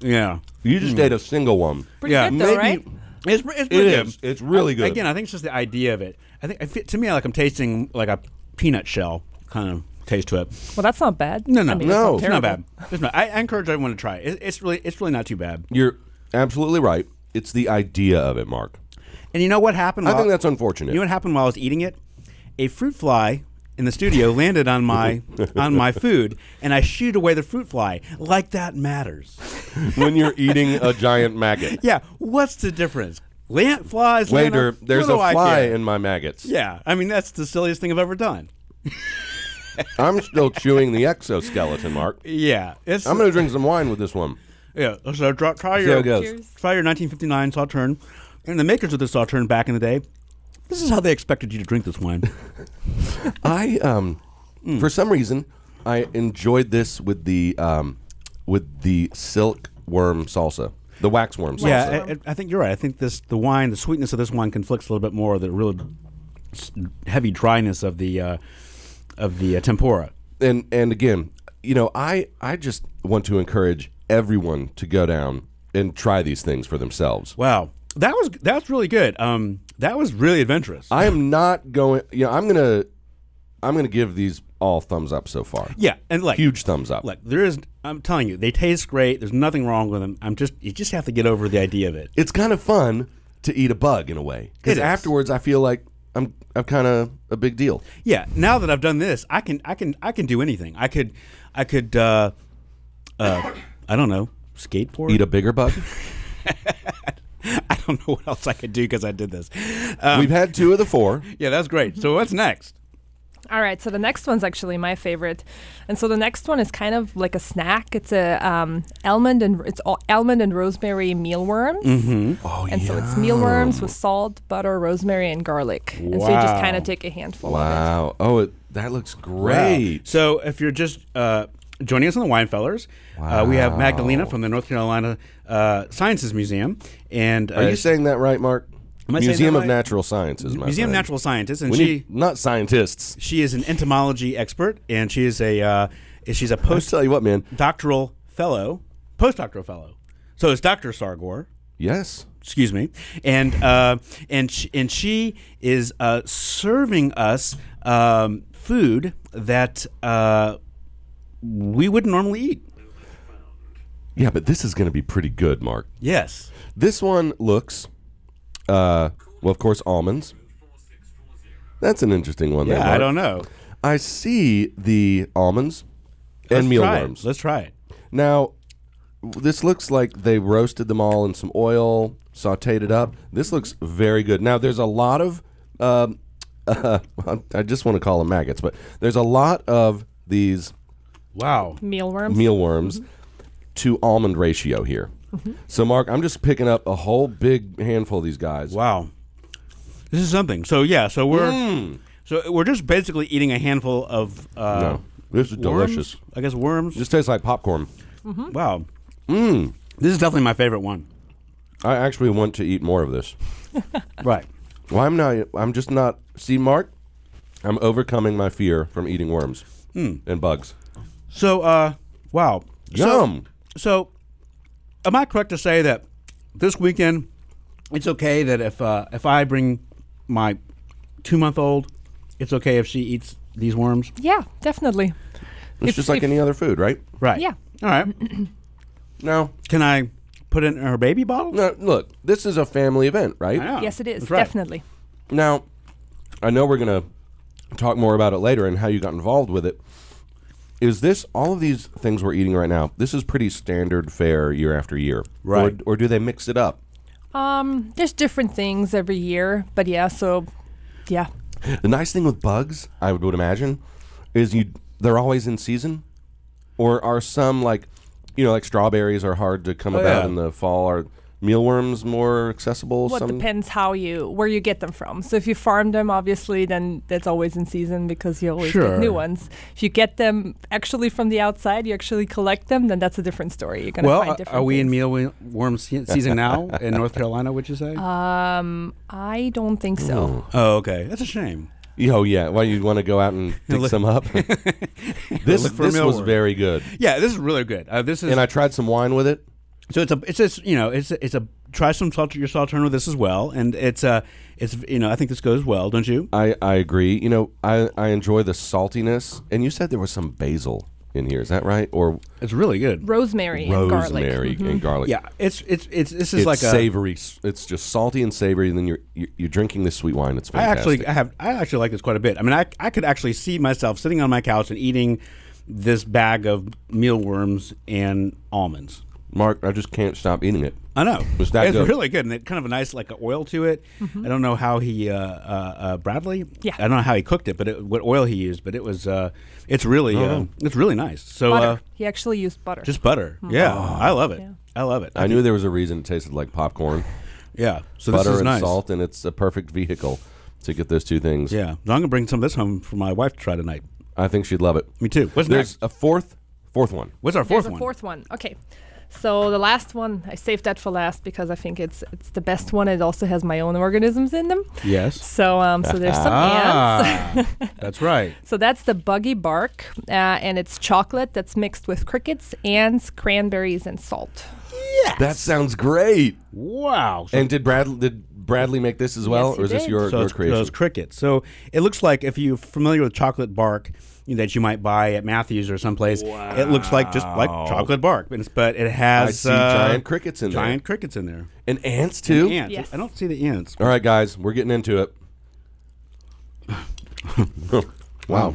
S5: Yeah,
S2: you
S5: Mm.
S2: just ate a single one.
S8: Pretty
S5: Yeah,
S8: good, though,
S2: maybe-
S8: right?
S5: it's pre- it's
S2: It
S5: pretty
S2: is.
S5: good.
S2: It's really good.
S5: Again, I think it's just the idea of it. I think I fe- to me like I'm tasting like a peanut shell kind of taste to it.
S8: Well, that's not bad.
S5: No, no,
S8: I mean,
S2: No.
S5: it's
S8: It's
S5: not
S8: terrible.
S5: bad. It's not. I, I encourage everyone to try it. it. It's really it's really not too bad.
S2: You're absolutely right. It's the idea of it, Mark.
S5: And you know what happened?
S2: I
S5: while-
S2: think that's unfortunate.
S5: You know what happened while I was eating it? A fruit fly in the studio landed on my on my food, and I shooed away the fruit fly. Like that matters?
S2: when you're eating a giant maggot.
S5: Yeah. What's the difference? Land flies. land
S2: Later,
S5: on-
S2: there's
S5: what
S2: a
S5: do I
S2: fly
S5: care?
S2: in my maggots.
S5: yeah. I mean, that's the silliest thing I've ever done.
S2: I'm still chewing the exoskeleton, Mark.
S5: Yeah. It's.
S2: I'm going to drink some wine with this one.
S5: yeah. So try, try
S2: how
S5: your
S2: it goes.
S8: Cheers.
S5: try your 1959 Sauternes, and the makers of this Sauternes back in the day. This is how they expected you to drink this wine.
S2: I um,
S5: Hmm.
S2: for some reason, I enjoyed this with the um, with the silk worm salsa, the wax worm salsa.
S5: Yeah, I- I, I think you're right. I think this the wine, the sweetness of this wine conflicts a little bit more with the really s- heavy dryness of the uh, of the uh, tempura.
S2: and and again, you know, I I just want to encourage everyone to go down and try these things for themselves.
S5: Wow, that was that's really good. Um, that was really adventurous.
S2: I am not going. You know, I'm gonna I'm gonna give these all thumbs up so far.
S5: yeah, and like
S2: huge thumbs up.
S5: Look, there is. I'm telling you, they taste great. There's nothing wrong with them. I'm just you just have to get over the idea of it.
S2: it's kind of fun to eat a bug in a way
S5: It
S2: because
S5: is.
S2: afterwards I feel like I'm I'm kind of a big deal.
S5: Yeah. Now that I've done this, I can I can I can do anything. I could I could uh, uh, I don't know skateboard.
S2: Eat a bigger bug.
S5: I don't know what else I could do because I did this. Uh, Um,
S2: We've had two of the four.
S5: Yeah, that's great. So what's next?
S8: All right, so the next one's actually my favorite, and so the next one is kind of like a snack. It's a um, almond and it's all almond and rosemary mealworms,
S2: Oh
S8: and so it's mealworms with salt, butter, rosemary, and garlic. And so you just kind of take a handful. of it.
S2: Wow. Oh, it, that looks great.
S5: Wow. So if you're just uh, joining us on the Wine Fellers, uh, we have Magdalena from the North Carolina uh, Sciences Museum, and uh,
S2: Are you saying that right, Mark?
S5: Am I saying
S2: Museum
S5: that
S2: of
S5: right?
S2: Natural Sciences. My
S5: Museum
S2: friend.
S5: Natural Scientist, and
S2: We
S5: she
S2: need, not scientists.
S5: she is an entomology expert, and she is a uh, she's a
S2: I
S5: post
S2: tell you what, man.
S5: doctoral fellow, postdoctoral fellow. So it's Dr. Sargor.
S2: Yes.
S5: excuse me, and uh, and sh- and she is uh, serving us um, food that uh, we wouldn't normally eat.
S2: Yeah, but this is going to be pretty good, Mark.
S5: Yes.
S2: This one looks, uh, well, of course, almonds. That's an interesting one. there,
S5: Yeah,
S2: Mark.
S5: I don't know.
S2: I see the almonds and
S5: Let's try it.
S2: mealworms.
S5: Let's try it.
S2: Now, w- this looks like they roasted them all in some oil, sauteed it up. This looks very good. Now, there's a lot of, um, I just want to call them maggots, but there's a lot of these
S5: Wow.
S8: Mealworms.
S2: mealworms to almond ratio here. So, Mark, I'm just picking up a whole big handful of these guys.
S5: Wow. This is something. So yeah. So we're so we're just basically eating a handful of
S2: Mm.
S5: uh,
S2: No. Oh, This is
S5: Worms?
S2: delicious.
S5: I guess worms.
S2: This tastes like popcorn.
S8: Mm-hmm.
S5: Wow.
S2: Mm.
S5: This is definitely my favorite one.
S2: I actually want to eat more of this.
S5: Right.
S2: Well, I'm not. I'm just not. See, Mark, I'm overcoming my fear from eating worms and bugs.
S5: So, uh, wow.
S2: Yum.
S5: So, am I correct to say that this weekend it's okay that if uh, if I bring my two month old, it's okay if she eats these worms?
S8: Yeah, definitely.
S2: It's
S8: If-
S2: just like
S8: if-
S2: any other food, right?
S5: Right.
S8: Yeah.
S5: All right.
S2: No,
S5: Can I put it in her baby bottle?
S2: no. Look, this is a family event, right?
S5: I know.
S8: Yes, it is
S5: That's right.
S8: definitely.
S2: Now, I know we're gonna talk more about it later and how you got involved with it. Is this all of these things we're eating right now? This is pretty standard fare year after year,
S5: Right.
S2: Or, or do they mix it up?
S8: Um, there's different things every year, but yeah, so yeah,
S2: The nice thing with bugs, I would, would imagine, is you they're always in season, or are some like, you know, like strawberries are hard to come about
S5: Oh, yeah.
S2: in the fall. Are mealworms more accessible?
S8: well, it
S2: some-
S8: depends how you where you get them from. So if you farm them, obviously, then that's always in season because you always get
S5: Sure.
S8: new ones. If you get them actually from the outside, you actually collect them, then that's a different story. You're gonna
S5: Well,
S8: find
S5: are-
S8: different.
S5: are we in
S8: things.
S5: mealworm worm se- season now in North Carolina? Would you say?
S8: Uh, Um, I don't think so.
S5: oh, okay. That's a shame.
S2: Oh yeah, why you want to go out and pick
S5: Look-
S2: some up? this
S5: Look for
S2: this was
S5: mealworm.
S2: very good,
S5: Yeah, this is really good. Uh, this is
S2: and I tried some wine with it.
S5: So it's a it's just you know it's a, it's a try some salt your sauternes with this as well, and it's uh it's you know I think this goes well, don't you?
S2: I I agree. You know, I I enjoy the saltiness, and you said there was some basil in here. Is that right? Or
S5: It's really good.
S8: Rosemary, and garlic. Mm-hmm.
S2: rosemary and garlic.
S5: Yeah, it's it's it's this is
S2: it's
S5: like a.
S2: savory. s- It's just salty and savory, and then you're you're, you're drinking this sweet wine. It's
S5: I
S2: fantastic.
S5: actually I have I actually like this quite a bit. I mean I I could actually see myself sitting on my couch and eating this bag of mealworms and almonds.
S2: Mark, I just can't stop eating it.
S5: I know.
S2: Was that
S5: it's
S2: good?
S5: really good, and it kind of a nice like oil to it. I don't know how he uh, uh, uh, Bradley.
S8: Mm-hmm. Yeah.
S5: I don't know how he cooked it, but it, what oil he used, but it was uh, it's really uh, it's really nice. So
S8: Butter.
S5: uh,
S8: he actually used butter. Mm-hmm. Oh.
S5: Just butter. Yeah, I love it.
S8: Yeah.
S5: I love it.
S2: I knew there was a reason it tasted like popcorn,
S5: Yeah. So
S2: butter
S5: this is
S2: and
S5: nice.
S2: salt, and it's a perfect vehicle to get those two things.
S5: Yeah. So I'm gonna bring some of this home for my wife to try tonight.
S2: I think she'd love it.
S5: Me too. What's
S2: There's
S5: next?
S2: a fourth, fourth one.
S5: What's our
S8: There's
S5: fourth
S8: a
S5: one?
S8: fourth one. Okay. So the last one, I saved that for last because I think it's it's the best one. It also has my own organisms in them.
S5: Yes.
S8: So um, so there's some ants.
S5: Ah, that's right.
S8: So that's the buggy bark, uh, and it's chocolate that's mixed with crickets, ants, cranberries, and salt.
S2: That sounds great.
S5: Wow. So,
S2: And did Brad did Bradley make this as well,
S8: Yes, he
S2: or is this
S8: did.
S2: your,
S5: so
S2: your
S5: it's, so
S2: creation?
S5: it's crickets. So it looks like if you're familiar with chocolate bark that you might buy at Matthews or someplace, it looks like just like chocolate bark, but it's- but it has
S2: I see
S5: uh,
S2: giant crickets in
S5: giant crickets in there.
S2: there, and ants too.
S5: Ants.
S8: Yes.
S5: I don't see the ants.
S2: All right, guys, we're getting into it. wow,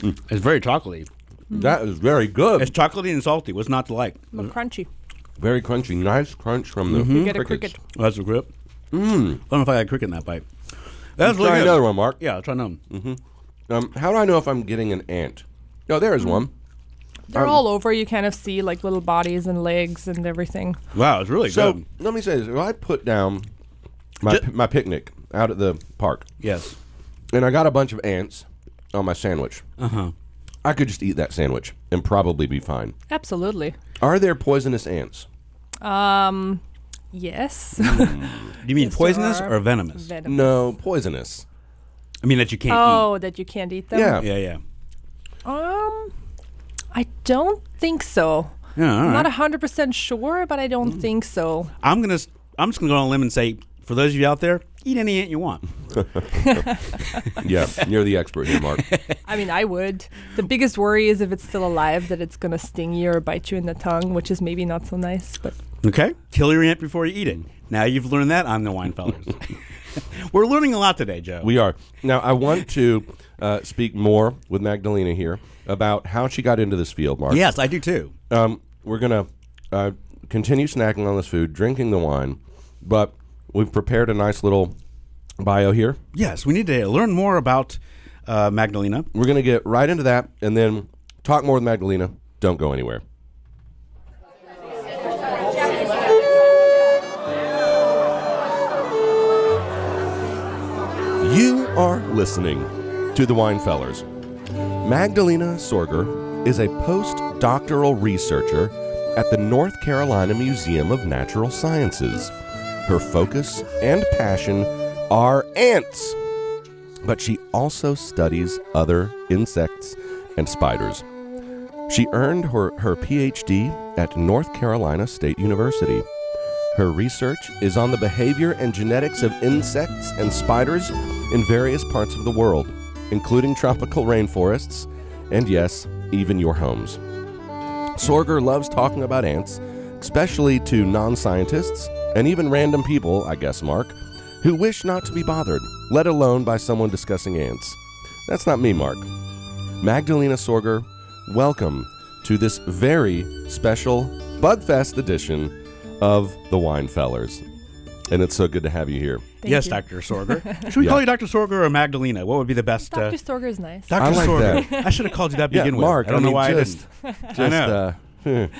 S5: It's very chocolatey. Mm.
S2: that is very good.
S5: It's chocolatey and salty. What's not to like?
S8: Well, crunchy.
S2: Very crunchy, nice crunch from the
S8: Mm-hmm. You get a cricket.
S2: crickets.
S5: Well, that's a grip. Mm. I don't know if I got a cricket in that bite. That's
S2: Try
S5: really good.
S2: another one, Mark.
S5: Yeah, I'll try another one.
S2: Um, how do I know if I'm getting an ant? Oh, there is
S8: Mm-hmm.
S2: one.
S8: They're
S5: Um,
S8: all over. You kind of see like little bodies and legs and everything.
S5: Wow, it's really
S2: So
S5: good.
S2: let me say this: if I put down my
S5: Ju-
S2: my picnic out at the park,
S5: Yes.
S2: and I got a bunch of ants on my sandwich. Uh
S8: Uh-huh.
S2: huh. I could just eat that sandwich and probably be fine.
S8: Absolutely.
S2: Are there poisonous ants?
S8: Yes.
S5: Do you mean
S8: Yes, there
S5: poisonous
S8: are
S5: or venomous?
S8: Venom.
S2: No, poisonous.
S5: I mean that you can't
S8: Oh, that you can't eat them.
S2: Yeah.
S5: eat. Yeah, yeah.
S8: Um, I don't think so.
S5: Yeah, all
S8: I'm
S5: right. Mm.
S8: Not hundred percent sure, but I don't think so.
S5: I'm gonna. s- I'm just gonna go on a limb and say, for those of you out there, eat any ant you want.
S2: Yeah, you're the expert here, Mark.
S8: I mean, I would. The biggest worry is if it's still alive that it's gonna sting you or bite you in the tongue, which is maybe not so nice. But
S5: Okay. Kill your ant before you eat it. Now you've learned that. I'm the wine fellas. We're learning a lot today, Joe.
S2: We are. Now, I want to uh, speak more with Magdalena here about how she got into this field, Mark.
S5: yes, I do too.
S2: Um, we're going to uh, continue snacking on this food, drinking the wine, but we've prepared a nice little bio here.
S5: Yes, we need to learn more about uh, Magdalena.
S2: We're going to get right into that and then talk more with Magdalena. Don't go anywhere. You are listening to The Wine Fellers. Magdalena Sorger is a postdoctoral researcher at the North Carolina Museum of Natural Sciences. Her focus and passion are ants, but she also studies other insects and spiders. She earned her, her PhD at North Carolina State University. Her research is on the behavior and genetics of insects and spiders in various parts of the world, including tropical rainforests and, yes, even your homes. Sorger loves talking about ants, especially to non scientists and even random people, I guess, Mark, who wish not to be bothered, let alone by someone discussing ants. That's not me, Mark. Magdalena Sorger, welcome to this very special Bugfest edition of the Winefellers. And it's so good to have you here.
S8: Thank
S5: yes,
S8: you.
S5: Dr. Sorger. Should we
S2: Yeah.
S5: call you Dr. Sorger or Magdalena? What would be the best?
S8: Dr.
S5: Uh,
S8: Storger is nice.
S5: Dr.
S2: I like
S5: Sorger. I should have called you that to
S2: Yeah,
S5: begin with.
S2: Mark,
S5: I don't
S2: I
S5: know
S2: mean,
S5: why
S2: just-
S5: I didn't.
S2: Just,
S5: I know.
S2: Uh,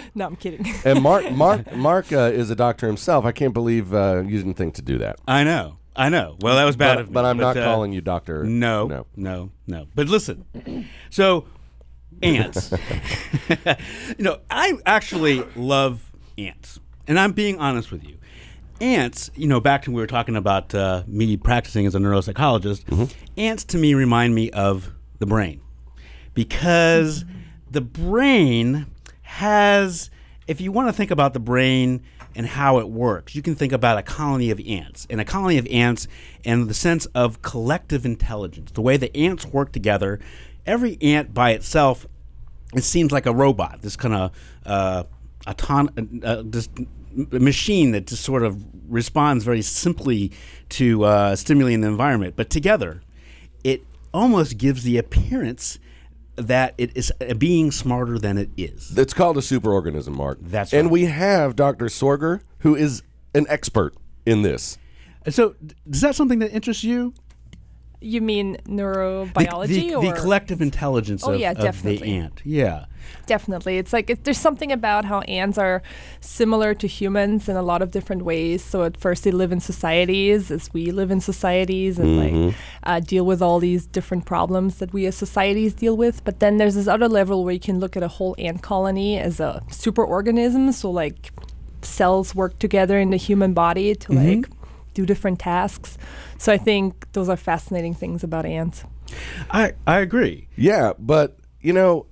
S8: No, I'm kidding.
S2: and Mark, Mark, Mark uh, is a doctor himself. I can't believe uh, you didn't think to do that.
S5: I know. I know. Well, that was bad
S2: but,
S5: of me.
S2: but I'm not
S5: uh,
S2: calling you doctor.
S5: No,
S2: no.
S5: no, no, But listen, so ants. you know, I actually love ants, and I'm being honest with you. Ants, you know, back to when we were talking about uh, me practicing as a neuropsychologist,
S2: Mm-hmm.
S5: ants to me remind me of the brain because the brain has if you want to think about the brain and how it works you can think about a colony of ants and a colony of ants and the sense of collective intelligence the way the ants work together every ant by itself it seems like a robot this kind of uh, auton- uh, this m- machine that just sort of responds very simply to uh, stimuli in the environment but together it almost gives the appearance that it is uh, being smarter than it is.
S2: It's called a superorganism, Mark.
S5: That's
S2: and
S5: right.
S2: we have Dr. Sorger, who is an expert in this.
S5: And So, d- is that something that interests you?
S8: You mean
S5: The-
S8: neurobiology
S5: the,
S8: or
S5: the collective intelligence
S8: Oh,
S5: of,
S8: yeah,
S5: of
S8: definitely.
S5: the ant. Yeah.
S8: Definitely. It's like it, there's something about how ants are similar to humans in a lot of different ways. So at first they live in societies as we live in societies and like
S5: Mm-hmm.
S8: uh, deal with all these different problems that we as societies deal with. But then there's this other level where you can look at a whole ant colony as a superorganism. So like cells work together in the human body to
S5: Mm-hmm.
S8: like do different tasks. So I think those are fascinating things about ants.
S5: I, I agree.
S2: Yeah, but you know,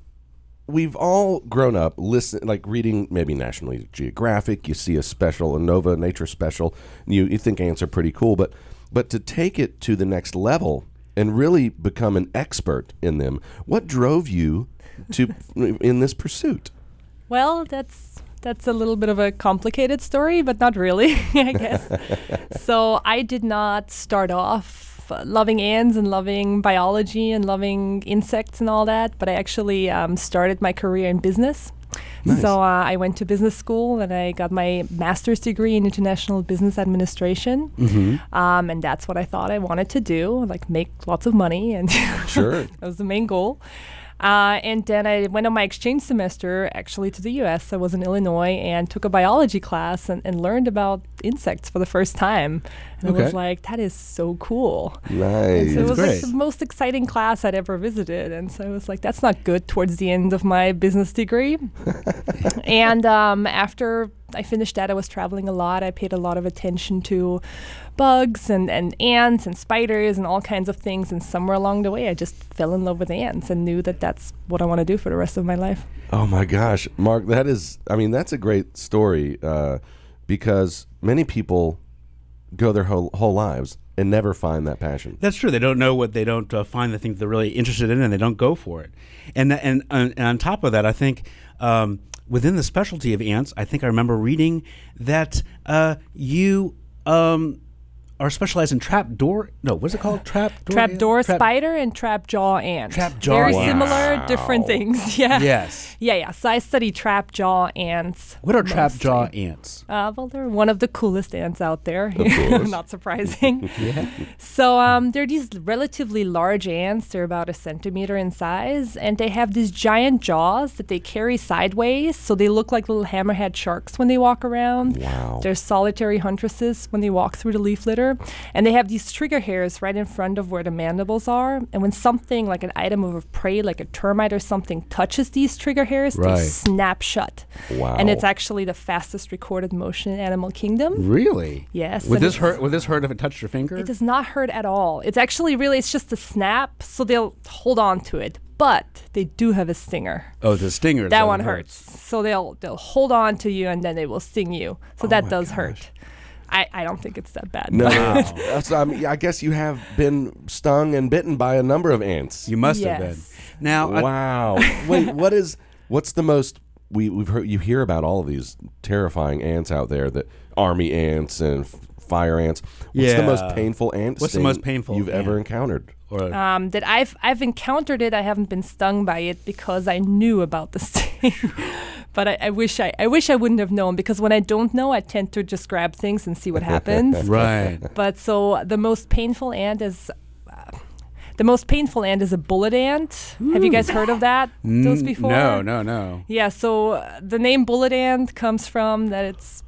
S2: we've all grown up listen like reading maybe National Geographic. You see a special, a Nova Nature special. and You you think ants are pretty cool, but but to take it to the next level and really become an expert in them, what drove you to in this pursuit?
S8: Well, that's that's a little bit of a complicated story, but not really, I guess. so I did not start off uh, loving ants and loving biology and loving insects and all that, but I actually um, started my career in business. So uh, I went to business school and I got my master's degree in international business administration, um, and that's what I thought I wanted to do, like make lots of money and
S2: Sure.
S8: that was the main goal. Uh, and then I went on my exchange semester actually to the US. I was in Illinois and took a biology class and, and learned about insects for the first time. And I was
S2: Okay. Mm.
S8: like, that is so cool. And
S2: Nice.
S8: so it was like
S5: great.
S8: the most exciting class I'd ever visited. And so I was like, that's not good towards the end of my business degree. and um, after I finished that, I was traveling a lot. I paid a lot of attention to bugs and, and ants and spiders and all kinds of things. And somewhere along the way, I just fell in love with ants and knew that that's what I want to do for the rest of my life.
S2: Oh my gosh, Mark, that is, I mean, that's a great story uh, because many people go their whole, whole lives and never find that passion.
S5: That's true. They don't know what they don't uh, find the things they're really interested in, and they don't go for it. And tha- and and, and on top of that, I think um, within the specialty of ants, I think I remember reading that uh, you. Um, are specialized in trap door? No, what's it called? Trap door.
S8: Trapdoor
S5: ant? Trap-
S8: spider and trapjaw ant.
S5: Trapjaw
S8: Very
S5: ant.
S8: similar, different things. Yeah.
S5: Yes.
S8: Yeah, yeah. So I study trapjaw ants.
S5: What are trap
S8: mostly.
S5: jaw ants?
S8: Uh, well, they're one of the coolest ants out there. Not surprising. So um, they're these relatively large ants. They're about a centimeter in size, and they have these giant jaws that they carry sideways, so they look like little hammerhead sharks when they walk around.
S2: Wow.
S8: They're solitary huntresses when they walk through the leaf litter. easier. And they have these trigger hairs right in front of where the mandibles are. And when something like an item of prey, like a termite or something, touches these trigger hairs,
S9: Right.
S8: they snap shut.
S2: Wow.
S8: And it's actually the fastest recorded motion in Animal Kingdom.
S9: Really?
S8: Yes,
S5: Would
S8: and
S5: this
S8: it's-
S5: hurt? Would this hurt if it touched your finger?
S8: It does not hurt at all. It's actually really, it's just a snap, so they'll hold on to it. But they do have a stinger.
S5: oh, the stinger. is
S8: That
S5: what
S8: one hurts.
S5: hurts.
S8: So they'll they'll hold on to you and then they will sting you. So that does hurt. I, I don't think it's that bad.
S2: No, that's, I, mean, I guess you have been stung and bitten by a number of ants.
S5: You must have been.
S8: Yes.
S5: Now, uh, I-
S2: wow. Wait, what is? What's the most? We, we've heard you hear about all of these terrifying ants out there, the army ants and f- fire ants. What's the
S5: Yeah.
S2: most painful ant?
S5: What's the most
S2: sting
S5: painful
S2: you've ever
S5: ant?
S2: encountered?
S5: or-
S8: Um, that I've I've encountered it. I haven't been stung by it because I knew about the sting. but I, I wish I, I wish I wouldn't have known because when I don't know, I tend to just grab things and see what happens.
S5: right.
S8: But so the most painful ant is. uh, The most painful ant is a bullet ant. Have you guys heard of that? Those before?
S5: Hmm. No, no,
S2: Oh
S5: no.
S8: Yeah. So uh, the name bullet ant comes from that it's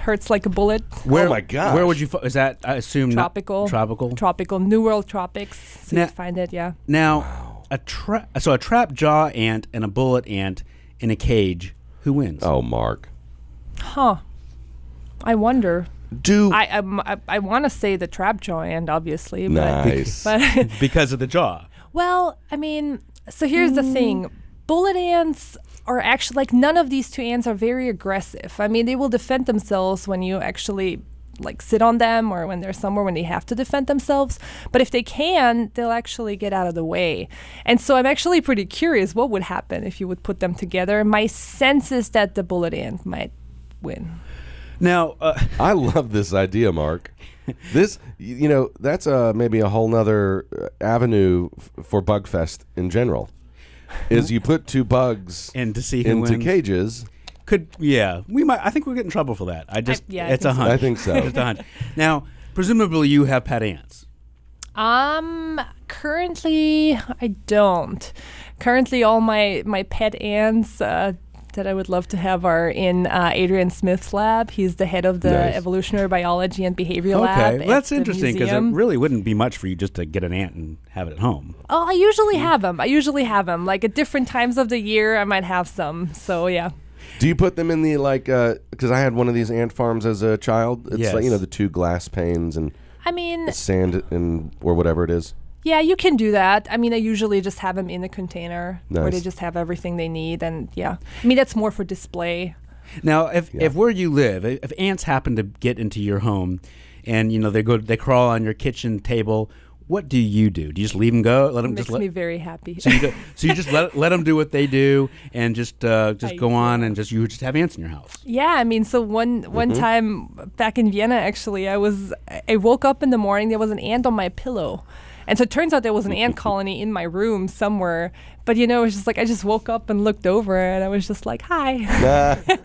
S8: hurts like a bullet.
S2: oh my god!
S5: Where would you? Fo- is that? I assume not-
S8: Tropical.
S5: tropical.
S8: Tropical. New World tropics. So you
S5: Now-
S8: find it. Yeah.
S5: now, a trap. So a trap jaw ant and a bullet ant in a cage. Who wins?
S2: Oh, Mark.
S8: Huh. I wonder.
S2: Do
S8: I I'm- I, I want to say the trap jaw ant, obviously.
S2: nice.
S8: But, but
S5: Because of the jaw.
S8: Well, I mean, so here's the thing. Bullet ants are actually like none of these two ants are very aggressive. I mean, they will defend themselves when you actually like sit on them or when they're somewhere when they have to defend themselves. But if they can, they'll actually get out of the way. And so I'm actually pretty curious what would happen if you would put them together. My sense is that the bullet ant might win.
S5: Now, uh,
S2: I love this idea, Mark. This, y- you know, that's uh, maybe a whole nother uh, avenue f- for Bugfest in general. Is you put two bugs
S5: And to see who
S2: into
S5: wins.
S2: cages.
S5: could yeah, we might. I think we're getting in trouble for that. I just
S8: yeah, I
S5: it's a
S8: think so.
S5: hunch.
S2: I think so.
S5: it's a hunch. Now, presumably, you have pet ants.
S8: Um, currently I don't. Currently, all my my pet ants uh, that I would love to have are in uh, Adrian Smith's lab. He's the head of the
S2: Nice.
S8: evolutionary biology and behavior lab.
S5: Okay, well,
S8: at
S5: that's
S8: the
S5: interesting because it
S8: museum.
S5: really wouldn't be much for you just to get an ant and have it at home.
S8: oh, I usually
S5: Hmm.
S8: have them. I usually have them. Like at different times of the year, I might have some. So yeah.
S2: Do you put them in the like? Because I had one of these ant farms as a child. It's like you know
S5: Yes.
S2: the two glass panes and
S8: I mean,
S2: sand and or whatever it is.
S8: yeah, you can do that. I mean, I usually just have them in a container where they
S2: Nice.
S8: just have everything they need, and yeah. I mean, that's more for display.
S5: Now, if, if where you live, i- if ants happen to get into your home, and you know they go, they crawl on your kitchen table. What do you do? Do you just leave them go? Let them
S8: Makes
S5: just let,
S8: me very happy.
S5: so you do, so you just let let them do what they do, and just uh, just
S8: I-
S5: go on, and just you just have ants in your house.
S8: Yeah, I mean, so one one time back in Vienna, actually, I was I woke up in the morning. There was an ant on my pillow, and so it turns out there was an ant colony in my room somewhere. But you know, it was just like I just woke up and looked over, and I was just like, "Hi."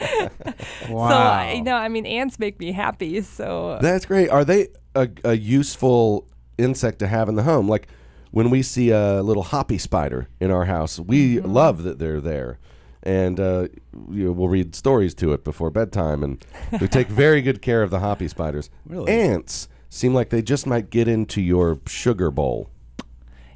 S8: so I, you know, I mean, ants make me happy. So
S2: That's great. Are they a, a useful insect to have in the home? Like when we see a little hoppy spider in our house, we love that they're there. And uh, you know, we'll read stories to it before bedtime, and we take very good care of the hoppy spiders.
S5: Really?
S2: Ants seem like they just might get into your sugar bowl.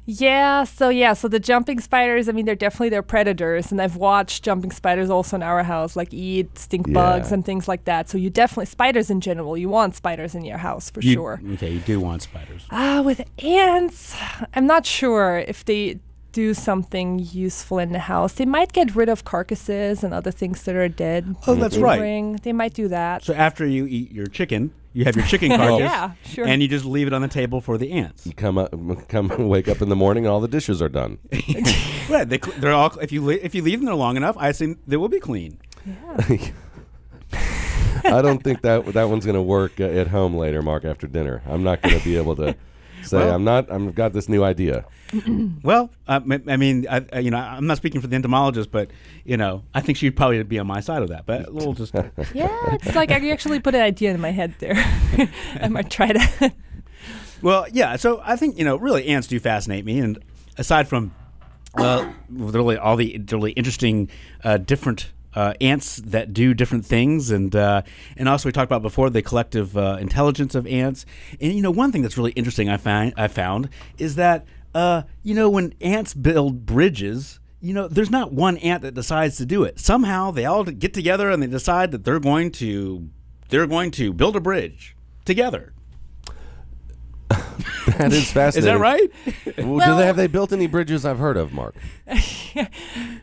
S8: yeah, so yeah, so the jumping spiders. I mean, they're definitely their predators, and I've watched jumping spiders also in our house, like eat stink bugs
S2: Yeah.
S8: and things like that. So you definitely spiders in general. You want spiders in your house for
S5: You-
S8: sure.
S5: Okay, you do want spiders.
S8: Ah, with ants, I'm not sure if they do something useful in the house. They might get rid of carcasses and other things that are dead.
S5: Oh, that's right.
S8: lingering. They might do that.
S5: So after you eat your chicken, you have your chicken carcass,
S8: Yeah, sure.
S5: and you just leave it on the table for the ants.
S2: Come up, come wake up in the morning, and all the dishes are done.
S5: right, they, cl- they're all cl- if you le- if you leave them there long enough, I assume they will be clean.
S2: I don't think that that one's going to work uh, at home later, Mark. After dinner, I'm not going to be able to say
S5: Well-
S2: I'm not. I've got this new idea.
S5: Well, I, Uh, m- I mean, I, I- you know, I'm not speaking for the entomologist, but you know, I think she'd probably be on my side of that. But we'll just
S8: yeah, it's like I actually put an idea in my head there. I might try that.
S5: well, yeah. So I think you know, really, ants do fascinate me, and aside from uh, really all the really interesting uh, different uh, ants that do different things, and uh, and also we talked about before the collective uh, intelligence of ants. And you know, one thing that's really interesting I find I found is that uh, you know when ants build bridges. You know, there's not one ant that decides to do it. Somehow they all get together and they decide that they're going to they're going to build a bridge together.
S2: That is fascinating.
S5: right?
S2: Well, do
S8: Well-
S2: they have they built any bridges I've heard of, Mark?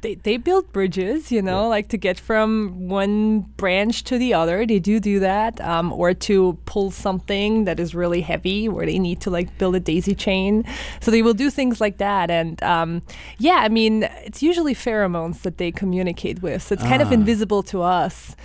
S8: they, they build bridges, you know, like to get from one branch to the other. They do do that, um, or to pull something that is really heavy, where they need to like build a daisy chain. So they will do things like that, and um, yeah, I mean, it's usually pheromones that they communicate with. So it's kind of invisible to us,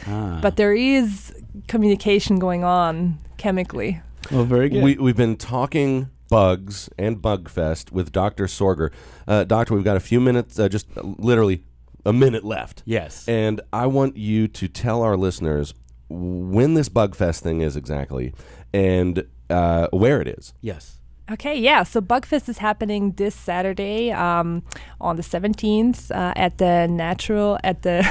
S8: but there is communication going on chemically.
S5: Well, Oh, very good.
S2: We, we've been talking bugs and Bugfest with Dr. Sorger. Uh, doctor, we've got a few minutes, uh, just literally a minute left.
S5: Yes.
S2: And I want you to tell our listeners when this Bugfest thing is exactly and uh, where it is.
S5: yes.
S8: Okay, yeah. So Bugfest is happening this Saturday um, on the 17th uh, at the natural at the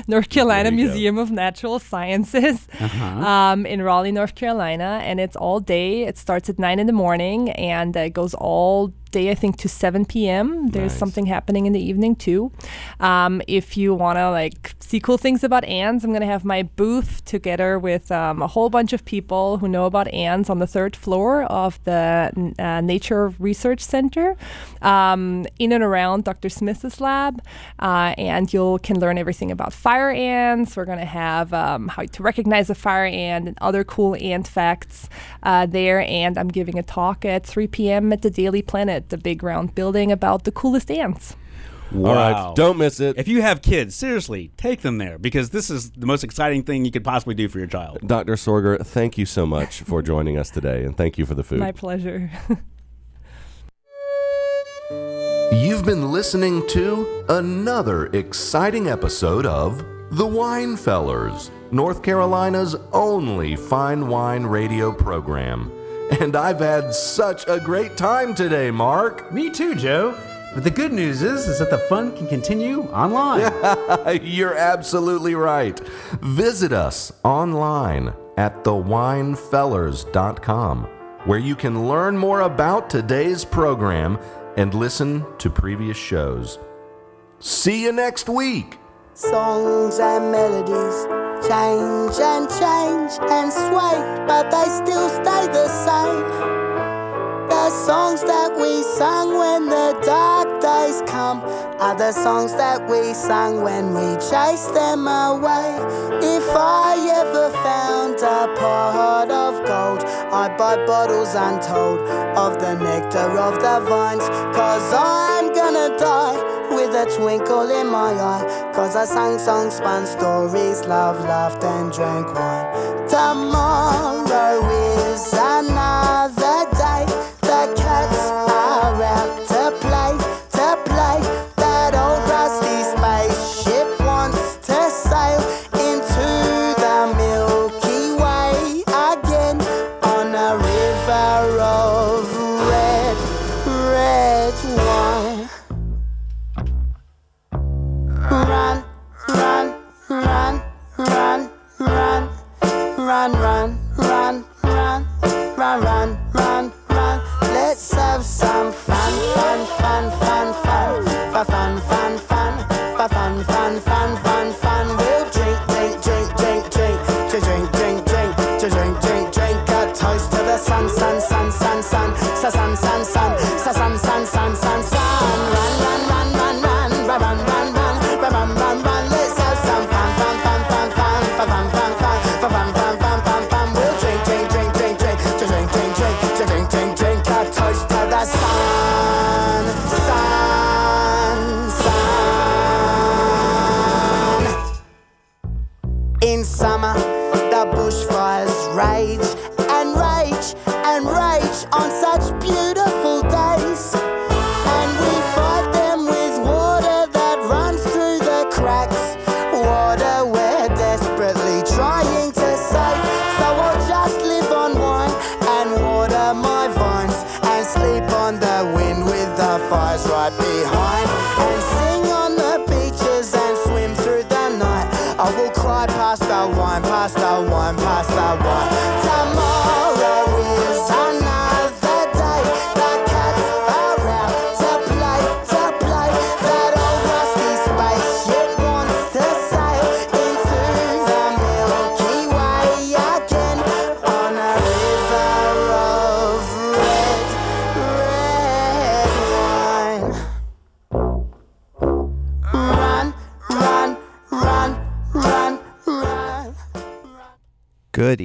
S8: North Carolina Museum of Natural Sciences um, in Raleigh, North Carolina, and it's all day. It starts at nine in the morning and uh, it goes all day, I think, to 7 p.m. There's something happening in the evening too. Um, if you want to like see cool things about ants, I'm gonna have my booth together with um, a whole bunch of people who know about ants on the third floor of the uh, Nature Research Center, um, in and around Dr. Smith's lab, uh, and you can learn everything about fire ants. We're gonna have um, how to recognize a fire ant and other cool ant facts uh, there. And I'm giving a talk at 3 p.m. at the Daily Planet, the big round building about the coolest ants.
S2: All right. Don't miss it.
S5: If you have kids, seriously, take them there because this is the most exciting thing you could possibly do for your child.
S2: Dr. Sorger, thank you so much for joining us today and thank you for the food.
S8: My pleasure.
S10: You've been listening to another exciting episode of The Wine Fellers, North Carolina's only fine wine radio program. And I've had such a great time today, Mark.
S9: Me too, Joe. But the good news is, is that the fun can continue online.
S10: You're absolutely right. Visit us online at thewinefellers.com, where you can learn more about today's program and listen to previous shows. See you next week.
S7: Songs and melodies change and change and sway, but they still stay the same. The songs that we sung when the dark days come are the songs that we sung when we chased them away. If I ever found a pot of gold, I'd buy bottles untold of the nectar of the vines, cause I'm gonna die with a twinkle in my eye. Cause I sang songs, spun stories, love, laughed, and drank wine. Tomorrow is another day. The cats are out to play, to play. That old rusty spaceship wants to sail into the Milky Way again on a river of red, red wine. Run, run, run, run, run, run, run, run, run, run, run, run, run. Let's have some fun, fun, fun, fun, fun, for fun, fun, fun, for fun, fun, fun, fun, fun. We'll drink, drink, drink, drink, drink, to drink, drink, drink, to drink, drink, drink. A toast to the sun, sun, sun, sun, sun, sun, sun, sun, sun, sun, sun, sun, sun, sun. Run, run, run, run, run, run, run, run, run, run, run, run, run. Let's have some fun, fun, fun, fun, fun, fun, fun, fun, fun, fun, fun, fun, fun, fun, fun. We'll drink, drink, drink, drink, drink, to drink, drink, drink, to drink, drink, drink. A toast to the sun, sun, sun. In summer, the bushfires rage and rage and rage on such beautiful days. And we fight them with water that runs through the cracks. Water we're desperately trying to save. So I'll just live on wine and water my vines and sleep on the wind with the fires right behind. And sing on the beaches and swim through the night. pass I want some more.